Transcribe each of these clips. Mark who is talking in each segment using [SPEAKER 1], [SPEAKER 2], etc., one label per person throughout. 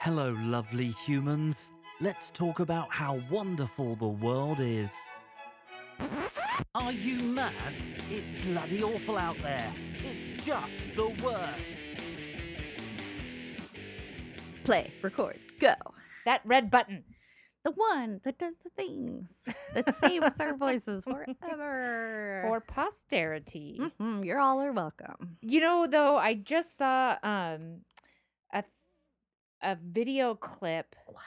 [SPEAKER 1] Hello, lovely humans. Let's talk about how wonderful the world is. Are you mad? It's bloody awful out there. It's just the worst.
[SPEAKER 2] Play, record, go.
[SPEAKER 3] That red button.
[SPEAKER 2] The one that does the things that saves our voices forever.
[SPEAKER 3] for posterity.
[SPEAKER 2] Mhm, You're all are welcome.
[SPEAKER 3] You know, though, I just saw um a a video clip
[SPEAKER 2] What?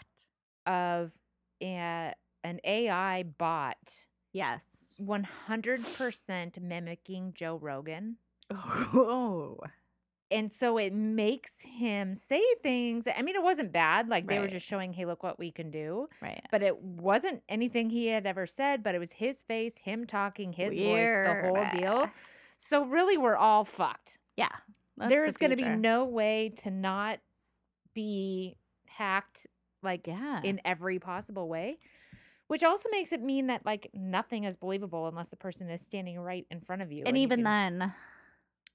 [SPEAKER 3] of a, an AI bot
[SPEAKER 2] Yes.
[SPEAKER 3] 100% mimicking Joe Rogan.
[SPEAKER 2] Oh.
[SPEAKER 3] And so it makes him say things. I mean, it wasn't bad. Like they were
[SPEAKER 2] Right.
[SPEAKER 3] just showing, hey, look what we can do.
[SPEAKER 2] Right.
[SPEAKER 3] But it wasn't anything he had ever said, but it was his face, him talking, his voice, the
[SPEAKER 2] Weird.
[SPEAKER 3] whole deal. So really, we're all fucked.
[SPEAKER 2] Yeah. that's
[SPEAKER 3] there
[SPEAKER 2] the
[SPEAKER 3] is going to be
[SPEAKER 2] future.
[SPEAKER 3] no way to not be hacked like
[SPEAKER 2] Yeah.
[SPEAKER 3] in every possible way which also makes it mean that like nothing is believable unless the person is standing right in front of you
[SPEAKER 2] and
[SPEAKER 3] you
[SPEAKER 2] even
[SPEAKER 3] can-
[SPEAKER 2] then,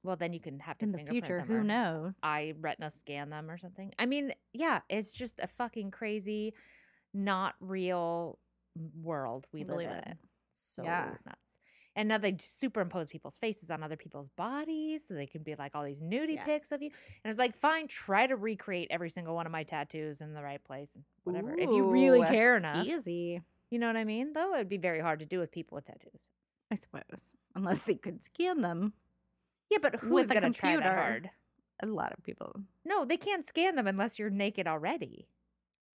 [SPEAKER 3] well then you can have to
[SPEAKER 2] in the
[SPEAKER 3] fingerprint
[SPEAKER 2] future,
[SPEAKER 3] them
[SPEAKER 2] who
[SPEAKER 3] or
[SPEAKER 2] knows?
[SPEAKER 3] eye retina scan them or something i mean yeah it's just a fucking crazy not real world we
[SPEAKER 2] I
[SPEAKER 3] live
[SPEAKER 2] believe
[SPEAKER 3] in
[SPEAKER 2] it.
[SPEAKER 3] so
[SPEAKER 2] Yeah.
[SPEAKER 3] nuts and now they j- superimpose people's faces on other people's bodies so they can be like all these nudie
[SPEAKER 2] Yeah.
[SPEAKER 3] pics of you and it's like fine try to recreate every single one of my tattoos in the right place and whatever if you really
[SPEAKER 2] Ooh,
[SPEAKER 3] care enough
[SPEAKER 2] Easy,
[SPEAKER 3] you know what i mean though it'd be very hard to do with people with tattoos
[SPEAKER 2] I suppose. Unless they could scan them.
[SPEAKER 3] yeah but who's
[SPEAKER 2] a
[SPEAKER 3] gonna try that
[SPEAKER 2] computer.
[SPEAKER 3] hard
[SPEAKER 2] A lot of people.
[SPEAKER 3] no they can't scan them unless you're naked already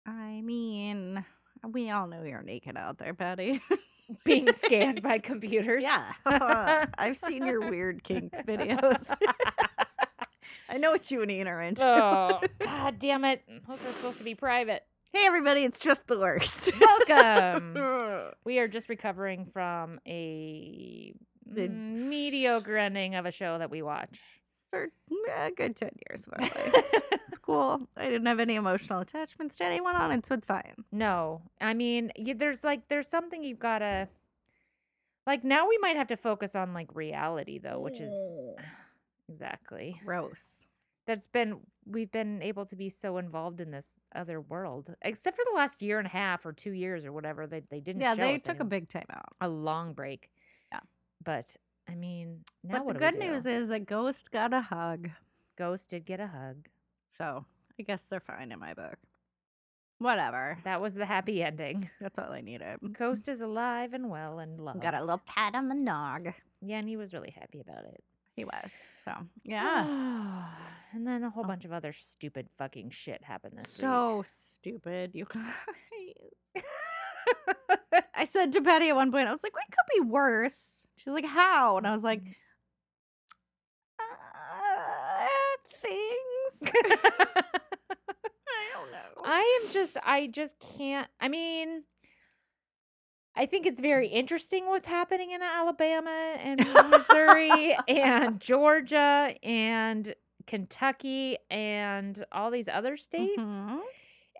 [SPEAKER 2] I mean, we all know you're naked out there, Betty.
[SPEAKER 3] being scanned by computers
[SPEAKER 2] Yeah.
[SPEAKER 3] Uh-huh.
[SPEAKER 2] I've seen your weird kink videos. I know what you and Ian are into.
[SPEAKER 3] oh god damn it those are supposed to be private
[SPEAKER 2] Hey, everybody, it's just the worst.
[SPEAKER 3] welcome
[SPEAKER 2] Ugh.
[SPEAKER 3] We are just recovering from a
[SPEAKER 2] The-
[SPEAKER 3] mm, mediocre ending of a show that we watch.
[SPEAKER 2] For a eh, good 10 years of our lives. it's cool. I didn't have any emotional attachments to anyone on it, so it's fine.
[SPEAKER 3] no, I mean, you, there's like there's something you've gotta like. Now we might have to focus on like reality though, Oh, which is exactly
[SPEAKER 2] gross.
[SPEAKER 3] that's been we've been able to be so involved in this other world, except for the last year and a half or two years or whatever. They they didn't.
[SPEAKER 2] Yeah,
[SPEAKER 3] show
[SPEAKER 2] they
[SPEAKER 3] us
[SPEAKER 2] took a
[SPEAKER 3] any-
[SPEAKER 2] big time out.
[SPEAKER 3] a long break.
[SPEAKER 2] Yeah.
[SPEAKER 3] but I mean, now
[SPEAKER 2] But the
[SPEAKER 3] what
[SPEAKER 2] good
[SPEAKER 3] do we do?
[SPEAKER 2] news is that Ghost got a hug.
[SPEAKER 3] Ghost did get a hug.
[SPEAKER 2] So I guess they're fine in my book. Whatever.
[SPEAKER 3] That was the happy ending.
[SPEAKER 2] That's all I needed.
[SPEAKER 3] Ghost is alive and well and loved.
[SPEAKER 2] Got a little pat on the nog.
[SPEAKER 3] Yeah, and he was really happy about it.
[SPEAKER 2] He was. So yeah.
[SPEAKER 3] and then a whole
[SPEAKER 2] Oh.
[SPEAKER 3] bunch of other stupid fucking shit happened this
[SPEAKER 2] so stupid, you guys. I said to Patty at one point, I was like, "What could be worse?" She's like, "How?" And I was
[SPEAKER 3] Mm.
[SPEAKER 2] like, uh, "Things."
[SPEAKER 3] week.
[SPEAKER 2] I don't know.
[SPEAKER 3] I am just I just can't I mean I think it's very interesting what's happening in Alabama and Missouri and Georgia and Kentucky and all these other states.
[SPEAKER 2] Mhm.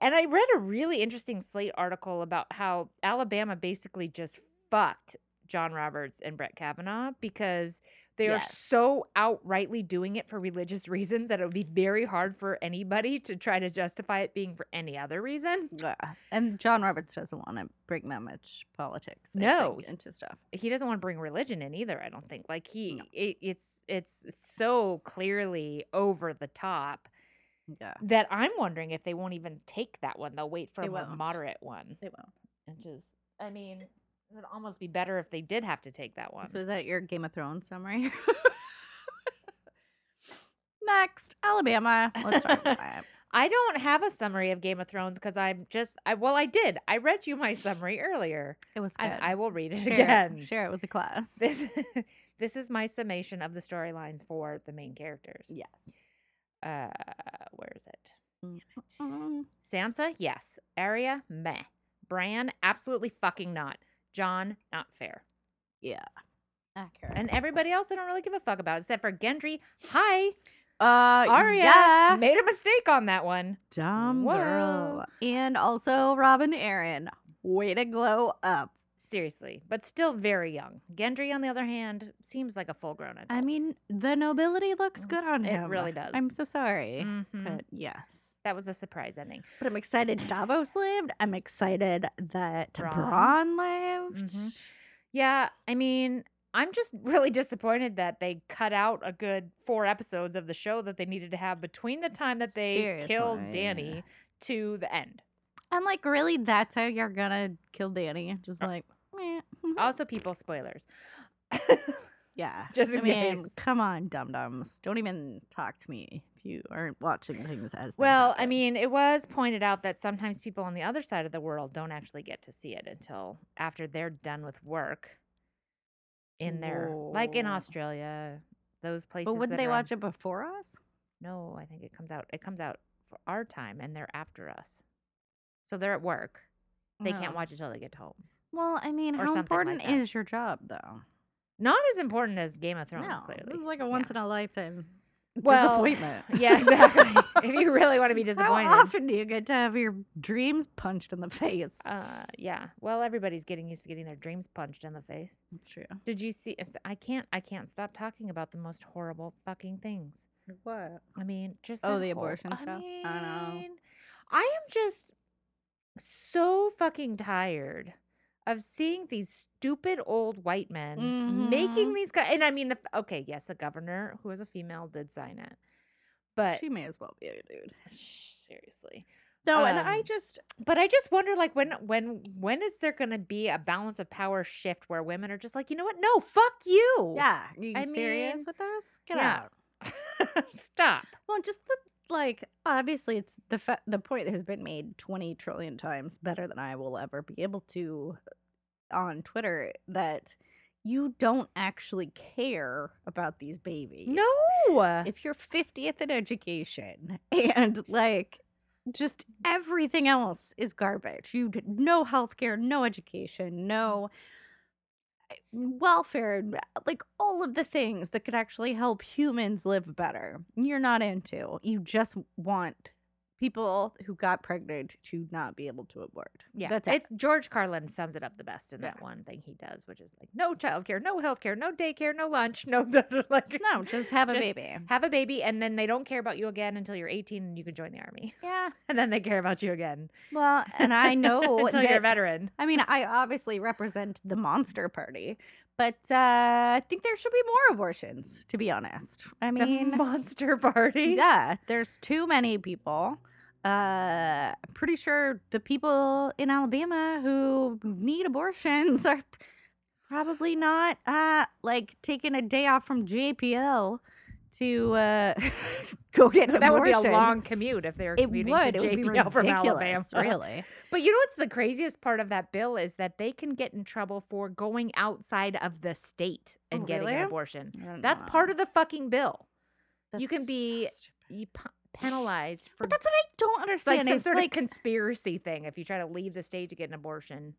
[SPEAKER 3] And I read a really interesting Slate article about how Alabama basically just fucked John Roberts and Brett Kavanaugh because they are
[SPEAKER 2] Yes.
[SPEAKER 3] so outrightly doing it for religious reasons that it would be very hard for anybody to try to justify it being for any other reason.
[SPEAKER 2] Yeah. And John Roberts doesn't want to bring that much politics I
[SPEAKER 3] No.
[SPEAKER 2] think, into stuff.
[SPEAKER 3] He doesn't want to bring religion in either, I don't think. Like he
[SPEAKER 2] No.
[SPEAKER 3] it, it's it's so clearly over the top
[SPEAKER 2] Yeah.
[SPEAKER 3] that I'm wondering if they won't even take that one. They'll wait for
[SPEAKER 2] They
[SPEAKER 3] a more
[SPEAKER 2] won't.
[SPEAKER 3] moderate one.
[SPEAKER 2] They won't.
[SPEAKER 3] which is i mean it would almost be better if they did have to take that one
[SPEAKER 2] So is that your Game of Thrones summary? Next, Alabama. Let's start with that.
[SPEAKER 3] i don't have a summary of game of thrones because i'm just i well i did i read you my summary earlier
[SPEAKER 2] It was good.
[SPEAKER 3] and i will read it
[SPEAKER 2] share, it-
[SPEAKER 3] again
[SPEAKER 2] share it with the class.
[SPEAKER 3] this this is my summation of the storylines for the main characters
[SPEAKER 2] Yes.
[SPEAKER 3] uh where is it
[SPEAKER 2] Mm,
[SPEAKER 3] sansa yes Arya, meh bran absolutely fucking not john not fair
[SPEAKER 2] accurate.
[SPEAKER 3] and everybody else i don't really give a fuck about except for gendry hi
[SPEAKER 2] uh,
[SPEAKER 3] Arya
[SPEAKER 2] yeah,
[SPEAKER 3] made a mistake on that one
[SPEAKER 2] dumb
[SPEAKER 3] Whoa.
[SPEAKER 2] girl. And also Robin Aaron. Way to glow up.
[SPEAKER 3] Seriously, but still very young. Gendry, on the other hand, seems like a full grown adult.
[SPEAKER 2] I mean, the nobility looks good on
[SPEAKER 3] It
[SPEAKER 2] him.
[SPEAKER 3] really
[SPEAKER 2] I'm
[SPEAKER 3] does.
[SPEAKER 2] so sorry.
[SPEAKER 3] Mhm.
[SPEAKER 2] eh, But yes.
[SPEAKER 3] that was a surprise ending.
[SPEAKER 2] Mm-hmm. But I'm excited Davos lived. I'm excited that
[SPEAKER 3] Bronn.
[SPEAKER 2] Braun lived.
[SPEAKER 3] Mhm. Yeah, I mean, I'm just really disappointed that they cut out a good four episodes of the show that they needed to have between the time that they killed
[SPEAKER 2] Seriously.
[SPEAKER 3] Danny to the end.
[SPEAKER 2] And like, really, that's how you're gonna kill Danny? Just
[SPEAKER 3] Uh,
[SPEAKER 2] like, meh.
[SPEAKER 3] Also, people, spoilers.
[SPEAKER 2] yeah.
[SPEAKER 3] just
[SPEAKER 2] I
[SPEAKER 3] in
[SPEAKER 2] mean,
[SPEAKER 3] case.
[SPEAKER 2] come on, dum dums. Don't even talk to me if you aren't watching things as. they
[SPEAKER 3] Well, I
[SPEAKER 2] happen.
[SPEAKER 3] mean, it was pointed out that sometimes people on the other side of the world don't actually get to see it until after they're done with work in their like in
[SPEAKER 2] Whoa.
[SPEAKER 3] Australia, those places.
[SPEAKER 2] but wouldn't
[SPEAKER 3] that
[SPEAKER 2] they
[SPEAKER 3] are on-
[SPEAKER 2] watch it before us?
[SPEAKER 3] No, I think it comes out it comes out for our time and they're after us. So they're at work. They
[SPEAKER 2] No.
[SPEAKER 3] can't watch it till they get home.
[SPEAKER 2] Oh. Well, I mean,
[SPEAKER 3] or
[SPEAKER 2] how
[SPEAKER 3] something like
[SPEAKER 2] important
[SPEAKER 3] that.
[SPEAKER 2] is your job, though?
[SPEAKER 3] Not as important as Game of Thrones,
[SPEAKER 2] no,
[SPEAKER 3] clearly.
[SPEAKER 2] it was like a
[SPEAKER 3] Yeah.
[SPEAKER 2] once in a lifetime
[SPEAKER 3] Well,
[SPEAKER 2] disappointment.
[SPEAKER 3] Yeah, exactly. if you really want to be disappointed.
[SPEAKER 2] How often do you get to have your dreams punched in the face?
[SPEAKER 3] Uh, yeah. Well, everybody's getting used to getting their dreams punched in the face.
[SPEAKER 2] That's true.
[SPEAKER 3] Did you see? it's- I can't. I can't stop talking about the most horrible fucking things.
[SPEAKER 2] What?
[SPEAKER 3] I mean, just
[SPEAKER 2] Oh,
[SPEAKER 3] that
[SPEAKER 2] the
[SPEAKER 3] whole-
[SPEAKER 2] abortion
[SPEAKER 3] I
[SPEAKER 2] stuff?
[SPEAKER 3] Mean,
[SPEAKER 2] I know.
[SPEAKER 3] I am just so fucking tired of seeing these stupid old white men making
[SPEAKER 2] Mhm.
[SPEAKER 3] these. ki- And I mean, the okay, yes, the governor who was a female did sign it, but
[SPEAKER 2] She may as well be a dude.
[SPEAKER 3] seriously.
[SPEAKER 2] No, and I
[SPEAKER 3] Um,
[SPEAKER 2] just
[SPEAKER 3] But I just wonder, like, when, when, when is there going to be a balance of power shift where women are just like, you know what? No, fuck you.
[SPEAKER 2] Yeah, you
[SPEAKER 3] oh. I
[SPEAKER 2] serious
[SPEAKER 3] mean,
[SPEAKER 2] with this? Get
[SPEAKER 3] yeah.
[SPEAKER 2] out.
[SPEAKER 3] Stop.
[SPEAKER 2] Well, just the like. Obviously, it's the fa- the point has been made twenty trillion times better than I will ever be able to uh, on Twitter that you don't actually care about these babies.
[SPEAKER 3] No.
[SPEAKER 2] if you're fiftieth in education and like. Just everything else is garbage. You d- no healthcare, no education, no eh, welfare and like all of the things that could actually help humans live better you're not into you just want people who got pregnant to not be able to abort
[SPEAKER 3] Yeah,
[SPEAKER 2] that's it
[SPEAKER 3] it's George Carlin sums it up the best in
[SPEAKER 2] Yeah.
[SPEAKER 3] that one thing he does, which is like no childcare, no healthcare, no daycare, no lunch, no like
[SPEAKER 2] no just have a
[SPEAKER 3] just
[SPEAKER 2] baby
[SPEAKER 3] Have a baby, and then they don't care about you again until you're 18 and you can join the army,
[SPEAKER 2] yeah
[SPEAKER 3] and then they care about you again.
[SPEAKER 2] well and i know
[SPEAKER 3] until you're a
[SPEAKER 2] that
[SPEAKER 3] veteran.
[SPEAKER 2] i mean i obviously represent the monster party but uh i think there should be more abortions to be honest i mean
[SPEAKER 3] the monster party.
[SPEAKER 2] Yeah, there's too many people. Uh, I'm pretty sure the people in Alabama who need abortions are probably not uh, like taking a day off from JPL to uh, go get an
[SPEAKER 3] That would be
[SPEAKER 2] abortion.
[SPEAKER 3] a long commute if they were
[SPEAKER 2] It
[SPEAKER 3] commuting
[SPEAKER 2] would.
[SPEAKER 3] to
[SPEAKER 2] It would be
[SPEAKER 3] JPL
[SPEAKER 2] ridiculous,
[SPEAKER 3] from Alabama.
[SPEAKER 2] really.
[SPEAKER 3] But you know what's the craziest part of that bill is that they can get in trouble for going outside of the state and
[SPEAKER 2] Oh,
[SPEAKER 3] getting
[SPEAKER 2] really?
[SPEAKER 3] an abortion. That's part of the fucking bill. you can
[SPEAKER 2] That's so
[SPEAKER 3] be-
[SPEAKER 2] stupid.
[SPEAKER 3] You pu- penalized for
[SPEAKER 2] But that's what I don't
[SPEAKER 3] It's like
[SPEAKER 2] understand.
[SPEAKER 3] some
[SPEAKER 2] It's
[SPEAKER 3] sort
[SPEAKER 2] like
[SPEAKER 3] of conspiracy thing if you try to leave the state to get an abortion.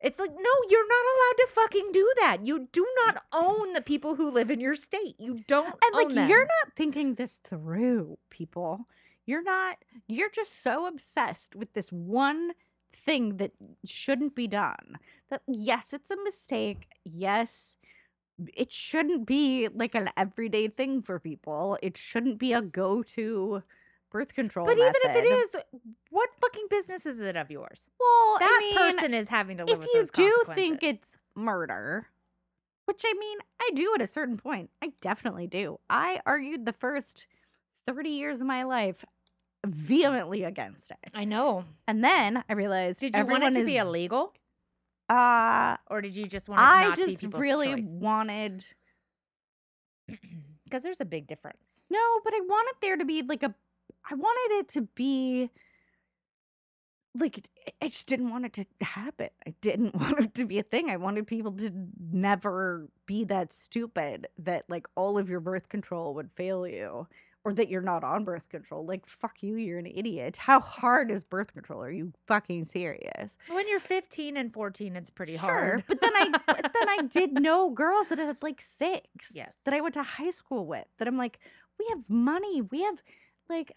[SPEAKER 3] It's like, no, you're not allowed to fucking do that. You do not own the people who live in your state. You don't
[SPEAKER 2] and like
[SPEAKER 3] own them.
[SPEAKER 2] you're not thinking this through people you're not you're just so obsessed with this one thing that shouldn't be done that yes it's a mistake yes it shouldn't be like an everyday thing for people it shouldn't be a go-to birth control
[SPEAKER 3] But even if it
[SPEAKER 2] method.
[SPEAKER 3] is, what fucking business is it of yours?
[SPEAKER 2] well I
[SPEAKER 3] that
[SPEAKER 2] mean,
[SPEAKER 3] person is having to live
[SPEAKER 2] if
[SPEAKER 3] with
[SPEAKER 2] you
[SPEAKER 3] those
[SPEAKER 2] do think
[SPEAKER 3] consequences.
[SPEAKER 2] it's murder, which I mean, I do at a certain point. I definitely do. I argued the first 30 years of my life vehemently against it.
[SPEAKER 3] I know.
[SPEAKER 2] and then I realized
[SPEAKER 3] Did you
[SPEAKER 2] everyone
[SPEAKER 3] want it to
[SPEAKER 2] is,
[SPEAKER 3] be illegal,
[SPEAKER 2] uh
[SPEAKER 3] or did you just want it
[SPEAKER 2] I
[SPEAKER 3] not to
[SPEAKER 2] just
[SPEAKER 3] be people's
[SPEAKER 2] really
[SPEAKER 3] choice?
[SPEAKER 2] wanted
[SPEAKER 3] Because there's a big difference.
[SPEAKER 2] No, but I wanted there to be like a I wanted it to be like I- I just didn't want it to happen. I didn't want it to be a thing. I wanted people to never be that stupid that like all of your birth control would fail you or that you're not on birth control. Like fuck you, you're an idiot. How hard is birth control? Are you fucking serious?
[SPEAKER 3] When you're 15 and 14, it's pretty
[SPEAKER 2] sure,
[SPEAKER 3] hard.
[SPEAKER 2] but then I but then I did know girls that had like six.
[SPEAKER 3] Yes.
[SPEAKER 2] That I went to high school with. That I'm like, we have
[SPEAKER 3] Mm-hmm.
[SPEAKER 2] money. We have like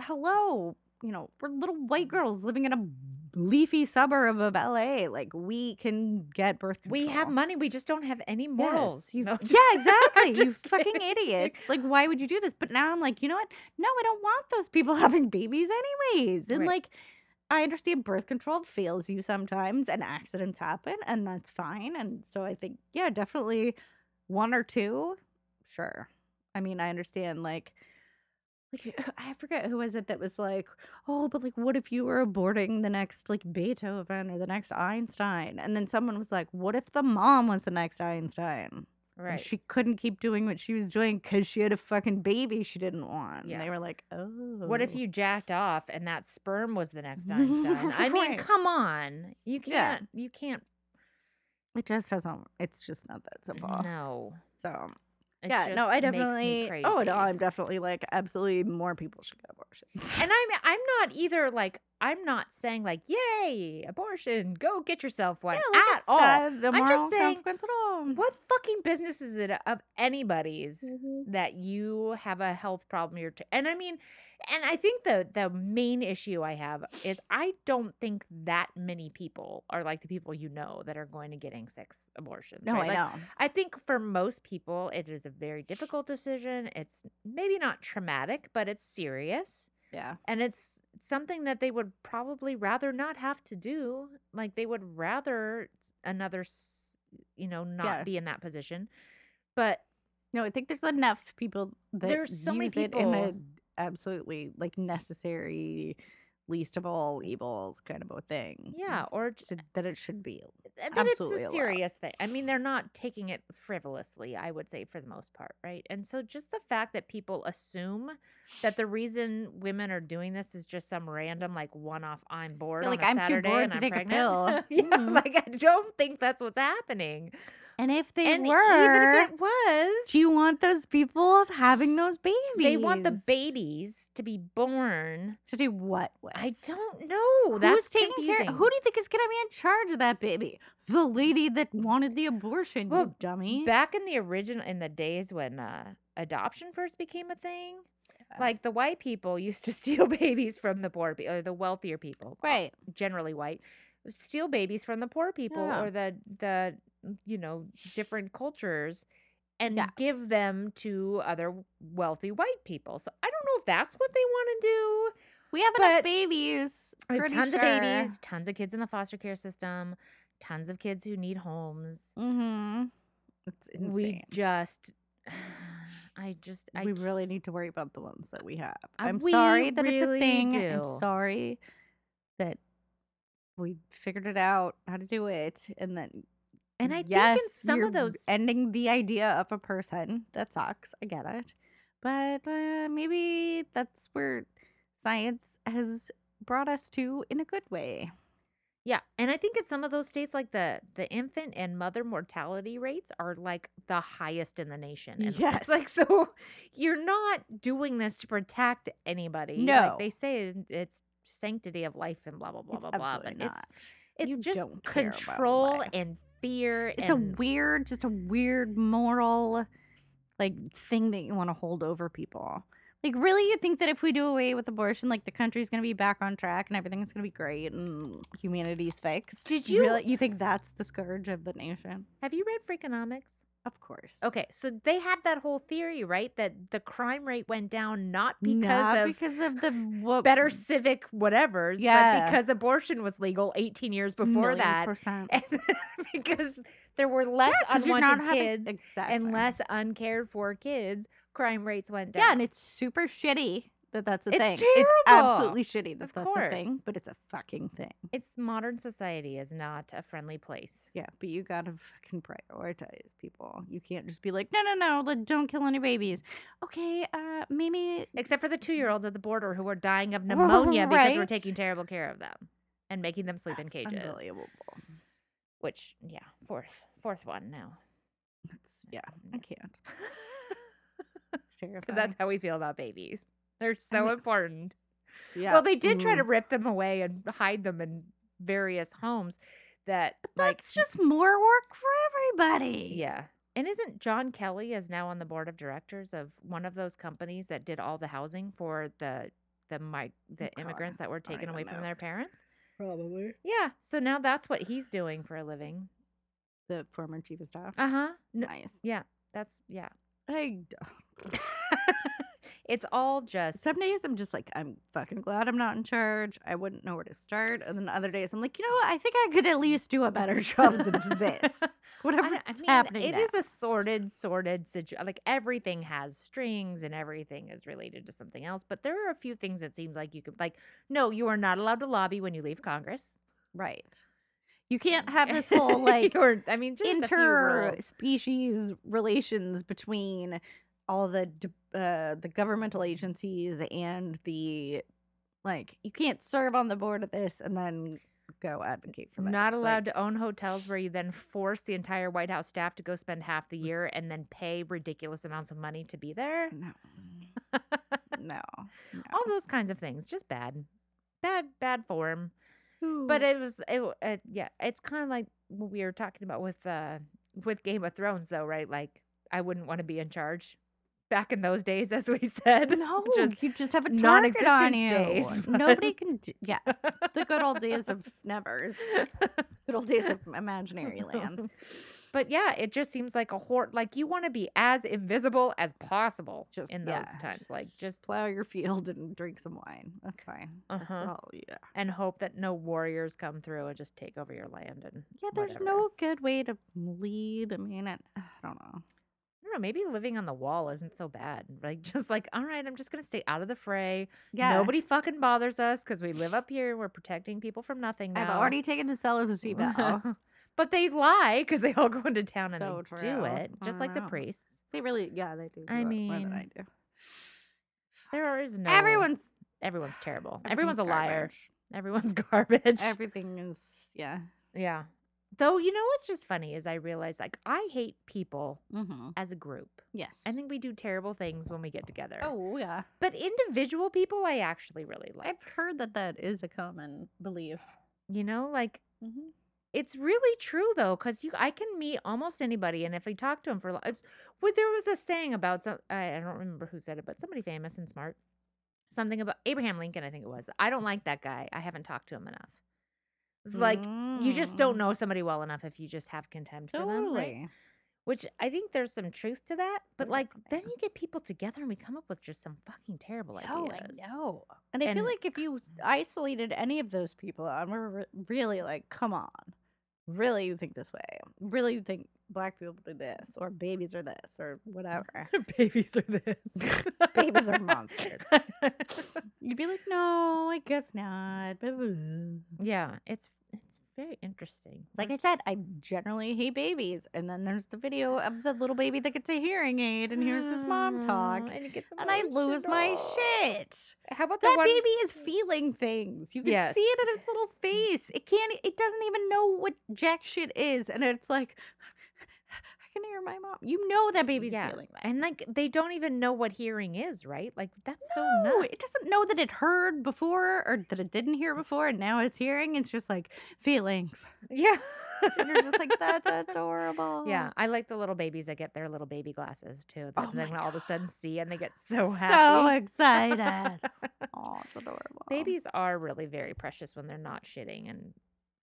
[SPEAKER 2] hello. You know, we're little white girls living in a leafy suburb of LA. Like we can get birth control.
[SPEAKER 3] We have money. We just don't have any
[SPEAKER 2] Yes,
[SPEAKER 3] morals.
[SPEAKER 2] you-
[SPEAKER 3] know?
[SPEAKER 2] yeah, exactly. You
[SPEAKER 3] just
[SPEAKER 2] fucking
[SPEAKER 3] kidding.
[SPEAKER 2] idiots. Like, why would you do this? But now I'm like, you know what? No, I don't want those people having babies anyways. And
[SPEAKER 3] Right.
[SPEAKER 2] like, I understand birth control fails you sometimes and accidents happen and that's fine. And so I think, yeah, definitely one or two. Sure. I mean, I understand like like I forget who was it that was like, oh, but like, what if you were aborting the next like Beethoven or the next Einstein? And then someone was like, what if the mom was the next Einstein? and
[SPEAKER 3] Right.
[SPEAKER 2] She couldn't keep doing what she was doing because she had a fucking baby she didn't want. And they
[SPEAKER 3] Yeah.
[SPEAKER 2] were like, oh.
[SPEAKER 3] What if you jacked off and that sperm was the next Einstein? I mean,
[SPEAKER 2] Right.
[SPEAKER 3] come on. You
[SPEAKER 2] Yeah.
[SPEAKER 3] can't. You can't.
[SPEAKER 2] It just doesn't. It's just not that simple.
[SPEAKER 3] No.
[SPEAKER 2] So
[SPEAKER 3] It
[SPEAKER 2] yeah, no,
[SPEAKER 3] just
[SPEAKER 2] I
[SPEAKER 3] makes me
[SPEAKER 2] definitely. Oh
[SPEAKER 3] crazy.
[SPEAKER 2] no, I'm definitely like absolutely more people should get abortions.
[SPEAKER 3] and I'm I'm not either like I'm not saying like yay abortion go get yourself one
[SPEAKER 2] yeah, like,
[SPEAKER 3] at
[SPEAKER 2] it's
[SPEAKER 3] all.
[SPEAKER 2] not the
[SPEAKER 3] I'm just
[SPEAKER 2] moral
[SPEAKER 3] saying,
[SPEAKER 2] consequence at all.
[SPEAKER 3] What fucking business is it of anybody's
[SPEAKER 2] Mhm.
[SPEAKER 3] that you have a health problem you're t- and I mean and I think the the main issue I have is I don't think that many people are like the people you know that are going to getting six abortions.
[SPEAKER 2] No,
[SPEAKER 3] right?
[SPEAKER 2] I
[SPEAKER 3] Like,
[SPEAKER 2] know.
[SPEAKER 3] I think for most people, it is a very difficult decision. It's maybe not traumatic, but it's serious.
[SPEAKER 2] Yeah.
[SPEAKER 3] And it's something that they would probably rather not have to do. Like they would rather s- another, s- you know, not
[SPEAKER 2] Yeah.
[SPEAKER 3] be in that position. But
[SPEAKER 2] No, I think there's enough people that
[SPEAKER 3] There's so many
[SPEAKER 2] use it in
[SPEAKER 3] people-
[SPEAKER 2] a absolutely like necessary, least of all evils kind of a thing.
[SPEAKER 3] yeah, or j-
[SPEAKER 2] So that it should be.
[SPEAKER 3] th- that it's
[SPEAKER 2] Mm, absolutely
[SPEAKER 3] a
[SPEAKER 2] allowed.
[SPEAKER 3] serious thing. I mean, they're not taking it frivolously, I would say, for the most part, right? And so just the fact that people assume that the reason women are doing this is just some random, like, one off, I'm bored.
[SPEAKER 2] You're
[SPEAKER 3] on
[SPEAKER 2] like,
[SPEAKER 3] a
[SPEAKER 2] "I'm too
[SPEAKER 3] Saturday
[SPEAKER 2] bored
[SPEAKER 3] and
[SPEAKER 2] to
[SPEAKER 3] I'm
[SPEAKER 2] take a
[SPEAKER 3] pregnant."
[SPEAKER 2] pill.
[SPEAKER 3] yeah,
[SPEAKER 2] Mhm.
[SPEAKER 3] like, I don't think that's what's happening.
[SPEAKER 2] And if they
[SPEAKER 3] and
[SPEAKER 2] were,
[SPEAKER 3] even if it was,
[SPEAKER 2] do you want those people having those babies?
[SPEAKER 3] they want the babies to be born.
[SPEAKER 2] to do what? With?
[SPEAKER 3] I don't know.
[SPEAKER 2] Who's
[SPEAKER 3] that's
[SPEAKER 2] taking care?
[SPEAKER 3] confusing.
[SPEAKER 2] Who do you think is going to be in charge of that baby? The lady that wanted the abortion,
[SPEAKER 3] Well,
[SPEAKER 2] you dummy.
[SPEAKER 3] back in the original in the days when uh, adoption first became a thing
[SPEAKER 2] Yeah.
[SPEAKER 3] like the white people used to steal babies from the poor people or the wealthier people uh,
[SPEAKER 2] right.
[SPEAKER 3] generally white steal babies from the poor people
[SPEAKER 2] Yeah.
[SPEAKER 3] or the the you know different cultures and
[SPEAKER 2] Yeah.
[SPEAKER 3] give them to other wealthy white people so i don't know if that's what they want to do
[SPEAKER 2] We have
[SPEAKER 3] but-
[SPEAKER 2] enough babies.
[SPEAKER 3] I have
[SPEAKER 2] pretty
[SPEAKER 3] tons of
[SPEAKER 2] sure.
[SPEAKER 3] babies tons of kids in the foster care system tons of kids who need homes
[SPEAKER 2] Mm-hmm. It's insane.
[SPEAKER 3] we just i just i
[SPEAKER 2] we
[SPEAKER 3] c-
[SPEAKER 2] really need to worry about the ones that we have.
[SPEAKER 3] Uh,
[SPEAKER 2] I'm
[SPEAKER 3] we
[SPEAKER 2] sorry that it's a
[SPEAKER 3] really
[SPEAKER 2] thing.
[SPEAKER 3] do.
[SPEAKER 2] I'm sorry that we figured it out how to do it, and that
[SPEAKER 3] and i
[SPEAKER 2] yes,
[SPEAKER 3] think in some
[SPEAKER 2] you're
[SPEAKER 3] of those
[SPEAKER 2] ending the idea of a person that sucks. I get it, but uh, maybe that's where science has brought us to in a good way.
[SPEAKER 3] yeah and i think in some of those states like the the infant and mother mortality rates are like the highest in the nation and it's
[SPEAKER 2] Yes.
[SPEAKER 3] like so you're not doing this to protect anybody
[SPEAKER 2] No.
[SPEAKER 3] like they say it- it's sanctity of life and blah blah blah
[SPEAKER 2] it's
[SPEAKER 3] blah blah
[SPEAKER 2] absolutely
[SPEAKER 3] but
[SPEAKER 2] not.
[SPEAKER 3] it's
[SPEAKER 2] You
[SPEAKER 3] it's just
[SPEAKER 2] don't care about
[SPEAKER 3] control
[SPEAKER 2] life.
[SPEAKER 3] and fear
[SPEAKER 2] it's a
[SPEAKER 3] and
[SPEAKER 2] weird just a weird moral like thing that you want to hold over people like really you think that if we do away with abortion like the country's going to be back on track and everything's going to be great and humanity's fixed
[SPEAKER 3] Did
[SPEAKER 2] really, you think that's the scourge of the nation
[SPEAKER 3] have you read freakonomics
[SPEAKER 2] of course
[SPEAKER 3] okay so they had that whole theory right that the crime rate went down not because
[SPEAKER 2] Not
[SPEAKER 3] of
[SPEAKER 2] because of the wo-
[SPEAKER 3] better civic whatever's,
[SPEAKER 2] Yeah.
[SPEAKER 3] but because abortion was legal 18 years before
[SPEAKER 2] million
[SPEAKER 3] that,
[SPEAKER 2] percent.
[SPEAKER 3] and because there were less
[SPEAKER 2] 'Cause you're
[SPEAKER 3] unwanted
[SPEAKER 2] having-
[SPEAKER 3] kids
[SPEAKER 2] exactly.
[SPEAKER 3] and less uncared for kids, crime rates went down.
[SPEAKER 2] yeah and it's super shitty that that's a
[SPEAKER 3] It's
[SPEAKER 2] thing it's
[SPEAKER 3] terrible.
[SPEAKER 2] absolutely shitty that
[SPEAKER 3] Of
[SPEAKER 2] that's a thing
[SPEAKER 3] course.
[SPEAKER 2] but it's a fucking thing
[SPEAKER 3] it's modern society is not a friendly place.
[SPEAKER 2] Yeah, but you gotta fucking prioritize people. You can't just be like, no, no, no, like, don't kill any babies. Okay, uh, maybe
[SPEAKER 3] Except for the two year olds at the border who are dying of pneumonia because we're
[SPEAKER 2] Right.
[SPEAKER 3] taking terrible care of them and making them sleep in
[SPEAKER 2] that's
[SPEAKER 3] cages.
[SPEAKER 2] Unbelievable.
[SPEAKER 3] Which, yeah, fourth, fourth one now.
[SPEAKER 2] That's yeah, I can't. It's
[SPEAKER 3] Because
[SPEAKER 2] terrifying.
[SPEAKER 3] that's how we feel about babies. They're so
[SPEAKER 2] mean-
[SPEAKER 3] important.
[SPEAKER 2] yeah.
[SPEAKER 3] Well, they did try
[SPEAKER 2] mm.
[SPEAKER 3] to rip them away and hide them in various homes that like
[SPEAKER 2] That's just more work for everybody.
[SPEAKER 3] yeah. And isn't John Kelly is now on the board of directors of one of those companies that did all the housing for the the mi- the
[SPEAKER 2] God,
[SPEAKER 3] immigrants that were
[SPEAKER 2] Oh, don't
[SPEAKER 3] taken
[SPEAKER 2] even
[SPEAKER 3] away from
[SPEAKER 2] know.
[SPEAKER 3] their parents?
[SPEAKER 2] Probably.
[SPEAKER 3] Yeah. So now that's what he's doing for a living.
[SPEAKER 2] The former chief of staff.
[SPEAKER 3] Uh huh.
[SPEAKER 2] nice.
[SPEAKER 3] Yeah. That's yeah.
[SPEAKER 2] I,
[SPEAKER 3] it's all just
[SPEAKER 2] some days I'm just like, I'm fucking glad I'm not in charge. I wouldn't know where to start. And then other days I'm like, you know what? I think I could at least do a better job than this.
[SPEAKER 3] I
[SPEAKER 2] Whatever
[SPEAKER 3] don't- I mean,
[SPEAKER 2] happening
[SPEAKER 3] It
[SPEAKER 2] now.
[SPEAKER 3] is a sordid, sordid situation. Like everything has strings and everything is related to something else. But there are a few things that seems like you could like. No, you are not allowed to lobby when you leave Congress.
[SPEAKER 2] Right. You can't have this whole like
[SPEAKER 3] or I mean, just a few rules.
[SPEAKER 2] interspecies relations between all the d- uh, the governmental agencies and the like. You can't serve on the board of this and then go advocate for that.
[SPEAKER 3] Not allowed to own hotels where you then force the entire White House staff to go spend half the
[SPEAKER 2] Mm.
[SPEAKER 3] year and then pay ridiculous amounts of money to be there.
[SPEAKER 2] No. no.
[SPEAKER 3] All those kinds of things, just bad, bad, bad form. Oh, but
[SPEAKER 2] Mm.
[SPEAKER 3] it was it, w- uh, yeah it's kind of like what we were talking about with uh with game of thrones though right like i wouldn't want to be in charge back in those days as we said
[SPEAKER 2] no,
[SPEAKER 3] just
[SPEAKER 2] you just have a target on
[SPEAKER 3] non-existence
[SPEAKER 2] you.
[SPEAKER 3] days,
[SPEAKER 2] Nobody can. Do, yeah, the good old days of nevers, good old days of imaginary land.
[SPEAKER 3] but yeah it just seems like a horde like you want to be as invisible as possible
[SPEAKER 2] just
[SPEAKER 3] in those
[SPEAKER 2] yeah,
[SPEAKER 3] times like just
[SPEAKER 2] plow your field and drink some wine. That's fine. That's
[SPEAKER 3] Uh-huh.
[SPEAKER 2] all- yeah.
[SPEAKER 3] and hope that no warriors come through and just take over your land and
[SPEAKER 2] Yeah, there's
[SPEAKER 3] whatever.
[SPEAKER 2] no good way to lead. I mean, I, I don't know.
[SPEAKER 3] I don't know, maybe living on the wall isn't so bad. Like, just like, all right, I'm just gonna stay out of the fray.
[SPEAKER 2] Yeah.
[SPEAKER 3] Nobody fucking bothers us because we live up here. We're protecting people from nothing now.
[SPEAKER 2] I've already taken the celibacy vow.
[SPEAKER 3] but they lie because they all go into town and
[SPEAKER 2] So
[SPEAKER 3] they do
[SPEAKER 2] true.
[SPEAKER 3] it,
[SPEAKER 2] I
[SPEAKER 3] just like the
[SPEAKER 2] know.
[SPEAKER 3] priests.
[SPEAKER 2] they really, yeah, they do.
[SPEAKER 3] I
[SPEAKER 2] do it more than I
[SPEAKER 3] mean,
[SPEAKER 2] do.
[SPEAKER 3] There is no
[SPEAKER 2] everyone's
[SPEAKER 3] everyone's terrible. Everyone's a liar.
[SPEAKER 2] garbage.
[SPEAKER 3] Everyone's garbage.
[SPEAKER 2] Everything is yeah.
[SPEAKER 3] yeah. Though you know what's just funny is I realize like I hate people
[SPEAKER 2] Mm-hmm.
[SPEAKER 3] as a group.
[SPEAKER 2] Yes.
[SPEAKER 3] I think we do terrible things when we get together.
[SPEAKER 2] Oh yeah.
[SPEAKER 3] But individual people I actually really like.
[SPEAKER 2] I've heard that that is a common belief.
[SPEAKER 3] you know, like
[SPEAKER 2] Mm-hmm.
[SPEAKER 3] it's really true though because you i can meet almost anybody and if i talk to them for a long well, there was a saying about some I, I don't remember who said it but somebody famous and smart something about abraham lincoln i think it was i don't like that guy i haven't talked to him enough it's like you just don't know somebody well enough if you just have contempt for them right?
[SPEAKER 2] Mm. Totally.
[SPEAKER 3] which i think there's some truth to that but like then
[SPEAKER 2] Definitely.
[SPEAKER 3] you get people together and we come up with just some fucking terrible
[SPEAKER 2] Oh, I
[SPEAKER 3] ideas
[SPEAKER 2] know. And I feel
[SPEAKER 3] And-
[SPEAKER 2] like if you isolated any of those people out and we're re- really like, come on, really you think this way? Really you think black people do this or babies are this or whatever?
[SPEAKER 3] babies are this
[SPEAKER 2] Babies are monsters. You'd be like, no, I guess not. blah, blah, blah."
[SPEAKER 3] yeah it's it's very interesting
[SPEAKER 2] Like I said, I generally hate babies. And then there's the video of the little baby that gets a hearing aid and hears his mom talk.
[SPEAKER 3] Mm, And, it gets
[SPEAKER 2] And I lose my
[SPEAKER 3] emotional.
[SPEAKER 2] shit.
[SPEAKER 3] How about the
[SPEAKER 2] That
[SPEAKER 3] one?
[SPEAKER 2] baby is feeling things. You can see it in
[SPEAKER 3] Yes.
[SPEAKER 2] its little face. It can't. e, It doesn't even know what jack shit is, and it's like, I can hear my mom. You know that baby's
[SPEAKER 3] Yeah,
[SPEAKER 2] feeling that.
[SPEAKER 3] And like they don't even know what hearing is, right? Like that's so
[SPEAKER 2] No,
[SPEAKER 3] nuts.
[SPEAKER 2] it doesn't know that it heard before or that it didn't hear before, and now it's hearing. It's just like feelings.
[SPEAKER 3] Yeah.
[SPEAKER 2] And you're just like, that's adorable.
[SPEAKER 3] Yeah, I like the little babies that get their little baby glasses too. That
[SPEAKER 2] Oh
[SPEAKER 3] they
[SPEAKER 2] my
[SPEAKER 3] can all of a sudden see and they get so
[SPEAKER 2] So,
[SPEAKER 3] happy.
[SPEAKER 2] excited. oh, it's adorable.
[SPEAKER 3] Babies are really very precious when they're not shitting and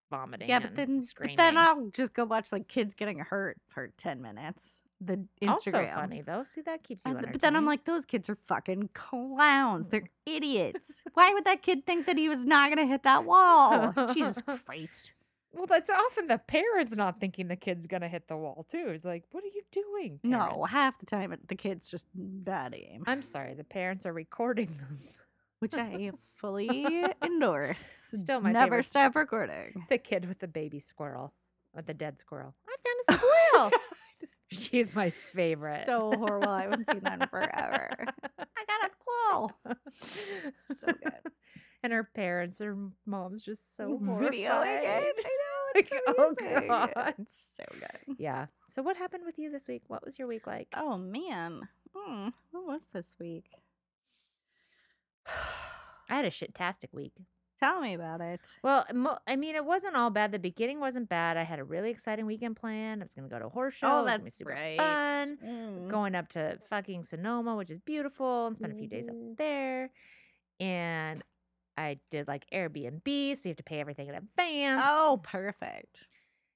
[SPEAKER 3] vomiting.
[SPEAKER 2] Yeah, but
[SPEAKER 3] and
[SPEAKER 2] then
[SPEAKER 3] screaming.
[SPEAKER 2] but then I'll just go watch like kids getting hurt for ten minutes. The Instagram.
[SPEAKER 3] also funny though. See that keeps you.
[SPEAKER 2] And th- but then I'm
[SPEAKER 3] entertained.
[SPEAKER 2] like, those kids are fucking clowns. They're idiots. Why would that kid think that he was not going to hit that wall? Jesus Christ.
[SPEAKER 3] well, that's often the parents not thinking the kid's gonna hit the wall too. It's like, what are you doing?
[SPEAKER 2] No,
[SPEAKER 3] parents?"
[SPEAKER 2] half the time it- the kid's just bad aim,
[SPEAKER 3] I'm sorry, the parents are recording them.
[SPEAKER 2] which I fully endorse.
[SPEAKER 3] Still my
[SPEAKER 2] Never
[SPEAKER 3] favorite.
[SPEAKER 2] stop recording.
[SPEAKER 3] The kid with the baby squirrel, or the dead squirrel. I found a squirrel. She's my favorite.
[SPEAKER 2] So horrible. I haven't seen that in forever. I got a squall. So good.
[SPEAKER 3] and her parents, her mom's just so
[SPEAKER 2] Videoing
[SPEAKER 3] horrified.
[SPEAKER 2] it. I know.
[SPEAKER 3] Like,
[SPEAKER 2] It's
[SPEAKER 3] oh
[SPEAKER 2] amazing.
[SPEAKER 3] God.
[SPEAKER 2] It's so good.
[SPEAKER 3] Yeah. So what happened with you this week? What was your week like?
[SPEAKER 2] Oh man. Hmm. What was this week?
[SPEAKER 3] I had a shit-tastic week.
[SPEAKER 2] Tell me about it.
[SPEAKER 3] Well, mo- I mean, it wasn't all bad. The beginning wasn't bad. I had a really exciting weekend planned. I was going to go to a horse
[SPEAKER 2] Oh,
[SPEAKER 3] show. it was gonna be super
[SPEAKER 2] Mm.
[SPEAKER 3] Fun.
[SPEAKER 2] Mm-hmm.
[SPEAKER 3] going up to
[SPEAKER 2] Mm-hmm.
[SPEAKER 3] fucking Sonoma, which is beautiful, and spent a few days up
[SPEAKER 2] Mhm.
[SPEAKER 3] there. And I did like Airbnb, so you have to pay everything in advance.
[SPEAKER 2] Oh, perfect.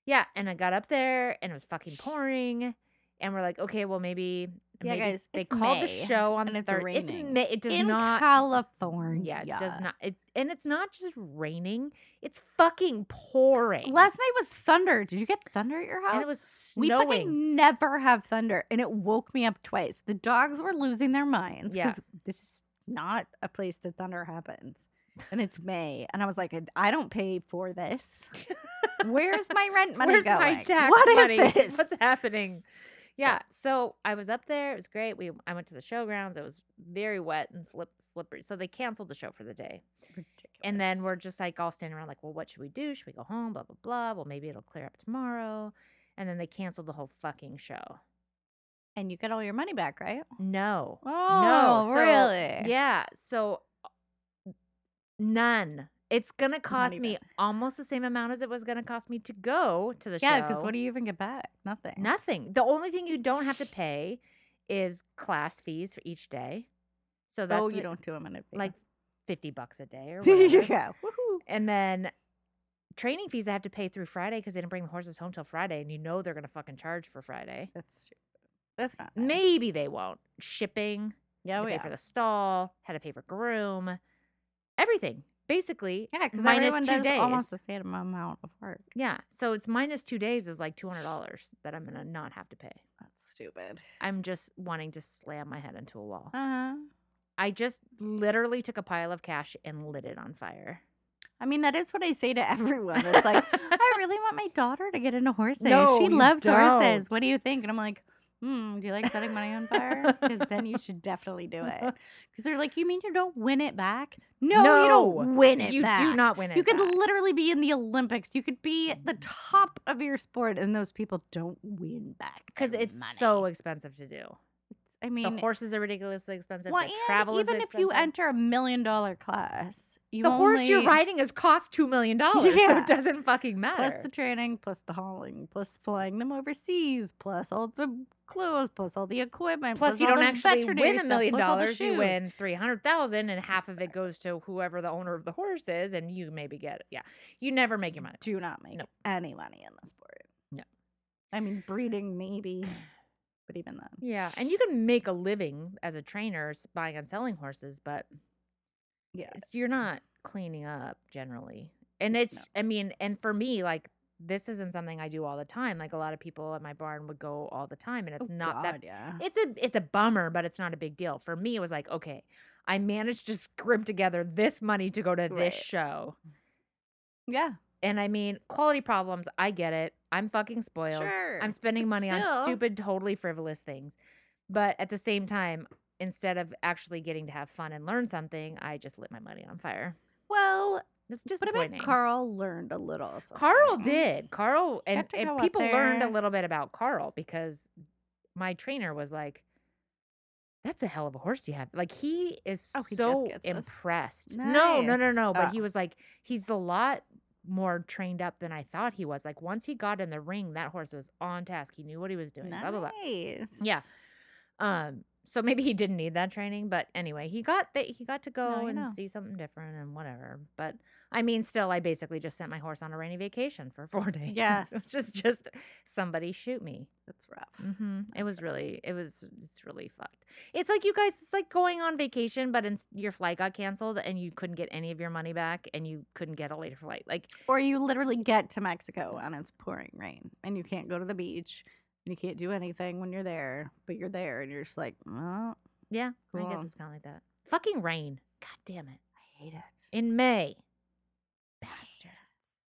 [SPEAKER 3] Yeah, and I got up there and it was fucking pouring, and we're like, okay, well maybe.
[SPEAKER 2] Yeah,
[SPEAKER 3] maybe
[SPEAKER 2] guys,
[SPEAKER 3] They
[SPEAKER 2] it's
[SPEAKER 3] called
[SPEAKER 2] May,
[SPEAKER 3] the show on
[SPEAKER 2] and
[SPEAKER 3] the
[SPEAKER 2] it's
[SPEAKER 3] third.
[SPEAKER 2] raining.
[SPEAKER 3] It's May. It does
[SPEAKER 2] In
[SPEAKER 3] not.
[SPEAKER 2] California.
[SPEAKER 3] yeah, it does not. It, and it's not just raining; it's fucking pouring.
[SPEAKER 2] Last night was thunder. Did you get thunder at your house?
[SPEAKER 3] and it was
[SPEAKER 2] we
[SPEAKER 3] snowing.
[SPEAKER 2] fucking never have thunder, and it woke me up twice. The dogs were losing their minds
[SPEAKER 3] Yeah.
[SPEAKER 2] this is not a place that thunder happens, and it's May, and I was like, "I- I don't pay for this. Where's my rent money
[SPEAKER 3] Where's
[SPEAKER 2] going?
[SPEAKER 3] my tax
[SPEAKER 2] What is
[SPEAKER 3] money?
[SPEAKER 2] this?
[SPEAKER 3] What's happening? Yeah. So I was up there. It was great. We I went to the showgrounds. It was very wet and flip, slippery. So they canceled the show for the day.
[SPEAKER 2] Ridiculous.
[SPEAKER 3] And then we're just like all standing around, like, well, what should we do? Should we go home? Blah blah blah. Well, maybe it'll clear up tomorrow. And then they canceled the whole fucking show.
[SPEAKER 2] and you get all your money back, right?
[SPEAKER 3] No.
[SPEAKER 2] Oh,
[SPEAKER 3] so-
[SPEAKER 2] really?
[SPEAKER 3] Yeah. So uh, none. It's gonna cost me
[SPEAKER 2] even.
[SPEAKER 3] almost the same amount as it was gonna cost me to go to the show.
[SPEAKER 2] yeah. Because what do you even get back? Nothing.
[SPEAKER 3] Nothing. The only thing you don't have to pay is class fees for each day. So that's
[SPEAKER 2] oh, you
[SPEAKER 3] like-
[SPEAKER 2] don't do them in advance.
[SPEAKER 3] like fifty bucks a day or whatever.
[SPEAKER 2] yeah. Woohoo.
[SPEAKER 3] And then training fees I have to pay through Friday because they didn't bring the horses home till Friday, and you know they're gonna fucking charge for Friday.
[SPEAKER 2] That's stupid. That's not nice.
[SPEAKER 3] Maybe they won't. Shipping,
[SPEAKER 2] Yeah,
[SPEAKER 3] had
[SPEAKER 2] oh,
[SPEAKER 3] to
[SPEAKER 2] yeah.
[SPEAKER 3] pay for the stall, had to pay for groom, everything. Basically,
[SPEAKER 2] yeah, because
[SPEAKER 3] minus
[SPEAKER 2] everyone
[SPEAKER 3] two
[SPEAKER 2] does almost
[SPEAKER 3] days.
[SPEAKER 2] the same amount of work.
[SPEAKER 3] yeah. So it's minus two days is like two hundred dollars that I'm gonna not have to pay.
[SPEAKER 2] That's stupid.
[SPEAKER 3] I'm just wanting to slam my head into a wall.
[SPEAKER 2] Uh huh.
[SPEAKER 3] I just literally took a pile of cash and lit it on fire.
[SPEAKER 2] I mean, that is what I say to everyone. It's like, I really want my daughter to get into horses.
[SPEAKER 3] No,
[SPEAKER 2] she
[SPEAKER 3] you
[SPEAKER 2] loves horses.
[SPEAKER 3] don't.
[SPEAKER 2] What do you think? And I'm like, hmm, do you like setting money on fire? Because then you should definitely do it. Because they're like, you mean you don't win it back? No, you don't
[SPEAKER 3] No,
[SPEAKER 2] win it
[SPEAKER 3] you
[SPEAKER 2] back.
[SPEAKER 3] do not win it.
[SPEAKER 2] You could
[SPEAKER 3] back.
[SPEAKER 2] literally be in the Olympics. You could be at the top of your sport, and those people don't win back
[SPEAKER 3] because
[SPEAKER 2] their
[SPEAKER 3] it's
[SPEAKER 2] money.
[SPEAKER 3] so expensive to do.
[SPEAKER 2] I
[SPEAKER 3] The
[SPEAKER 2] mean,
[SPEAKER 3] horses are ridiculously expensive.
[SPEAKER 2] well,
[SPEAKER 3] the
[SPEAKER 2] and
[SPEAKER 3] travel
[SPEAKER 2] even
[SPEAKER 3] is
[SPEAKER 2] if you
[SPEAKER 3] expensive.
[SPEAKER 2] enter a million dollar class, you
[SPEAKER 3] the horse you're
[SPEAKER 2] only-
[SPEAKER 3] riding has cost two million dollars, so
[SPEAKER 2] Yeah.
[SPEAKER 3] it doesn't fucking matter.
[SPEAKER 2] plus the training, plus the hauling, plus flying them overseas, plus all the clothes, plus all the equipment.
[SPEAKER 3] Plus, you
[SPEAKER 2] all
[SPEAKER 3] don't
[SPEAKER 2] the
[SPEAKER 3] actually
[SPEAKER 2] veterinary
[SPEAKER 3] win a
[SPEAKER 2] stuff,
[SPEAKER 3] million
[SPEAKER 2] plus all the
[SPEAKER 3] dollars. You
[SPEAKER 2] shoes.
[SPEAKER 3] win three hundred thousand, and half of it goes to whoever the owner of the horse is, and you maybe get it. Yeah, you never make your money.
[SPEAKER 2] Do not make
[SPEAKER 3] No.
[SPEAKER 2] any money in this sport.
[SPEAKER 3] No.
[SPEAKER 2] I mean breeding maybe, but even then,
[SPEAKER 3] Yeah, and you can make a living as a trainer s- buying and selling horses, but
[SPEAKER 2] yeah.
[SPEAKER 3] it's, you're not cleaning up generally. And it's,
[SPEAKER 2] No.
[SPEAKER 3] I mean, and for me, like this isn't something I do all the time. Like a lot of people at my barn would go all the time, and it's
[SPEAKER 2] Oh,
[SPEAKER 3] not that
[SPEAKER 2] God, Yeah.
[SPEAKER 3] it's a it's a bummer, but it's not a big deal. For me, it was like, okay, I managed to scrimp together this money to go to
[SPEAKER 2] Right.
[SPEAKER 3] this show.
[SPEAKER 2] Yeah.
[SPEAKER 3] And I mean, quality problems, I get it. I'm fucking spoiled.
[SPEAKER 2] Sure.
[SPEAKER 3] I'm spending
[SPEAKER 2] but
[SPEAKER 3] money
[SPEAKER 2] still-
[SPEAKER 3] on stupid, totally frivolous things. But at the same time, instead of actually getting to have fun and learn something, I just lit my money on fire.
[SPEAKER 2] Well,
[SPEAKER 3] It's
[SPEAKER 2] but I
[SPEAKER 3] disappointing.
[SPEAKER 2] bet Carl learned a little.
[SPEAKER 3] Carl
[SPEAKER 2] something.
[SPEAKER 3] did. Carl and,
[SPEAKER 2] to go
[SPEAKER 3] and
[SPEAKER 2] up
[SPEAKER 3] people learned a
[SPEAKER 2] there.
[SPEAKER 3] little bit about Carl because my trainer was like, "That's a hell of a horse you have." Like he is
[SPEAKER 2] Oh, he just
[SPEAKER 3] so
[SPEAKER 2] gets this.
[SPEAKER 3] impressed. No, no, no,
[SPEAKER 2] Nice.
[SPEAKER 3] no. But
[SPEAKER 2] Oh.
[SPEAKER 3] he was like, he's a lot more trained up than I thought he was. Like once he got in the ring, that horse was on task. He knew what he was doing. Blah blah blah.
[SPEAKER 2] Nice.
[SPEAKER 3] Yeah. Um, so maybe he didn't need that training, but anyway, he got that he got to go
[SPEAKER 2] you
[SPEAKER 3] and
[SPEAKER 2] know.
[SPEAKER 3] see something different and whatever. But I mean, still, I basically just sent my horse on a rainy vacation for four days.
[SPEAKER 2] Yes.
[SPEAKER 3] it's just just somebody shoot me.
[SPEAKER 2] That's rough.
[SPEAKER 3] hmm It
[SPEAKER 2] I'm
[SPEAKER 3] was
[SPEAKER 2] sorry.
[SPEAKER 3] really, it was, it's really fucked. It's like you guys, it's like going on vacation, but in, your flight got canceled and you couldn't get any of your money back, and you couldn't get a later flight. Like
[SPEAKER 2] Or you literally get to Mexico and it's pouring rain and you can't go to the beach and you can't do anything when you're there, but you're there and you're just like, well,
[SPEAKER 3] Yeah, I guess
[SPEAKER 2] Cool.
[SPEAKER 3] it's kind of like that. Fucking rain. God damn it. I hate
[SPEAKER 2] it.
[SPEAKER 3] In May. Bastard.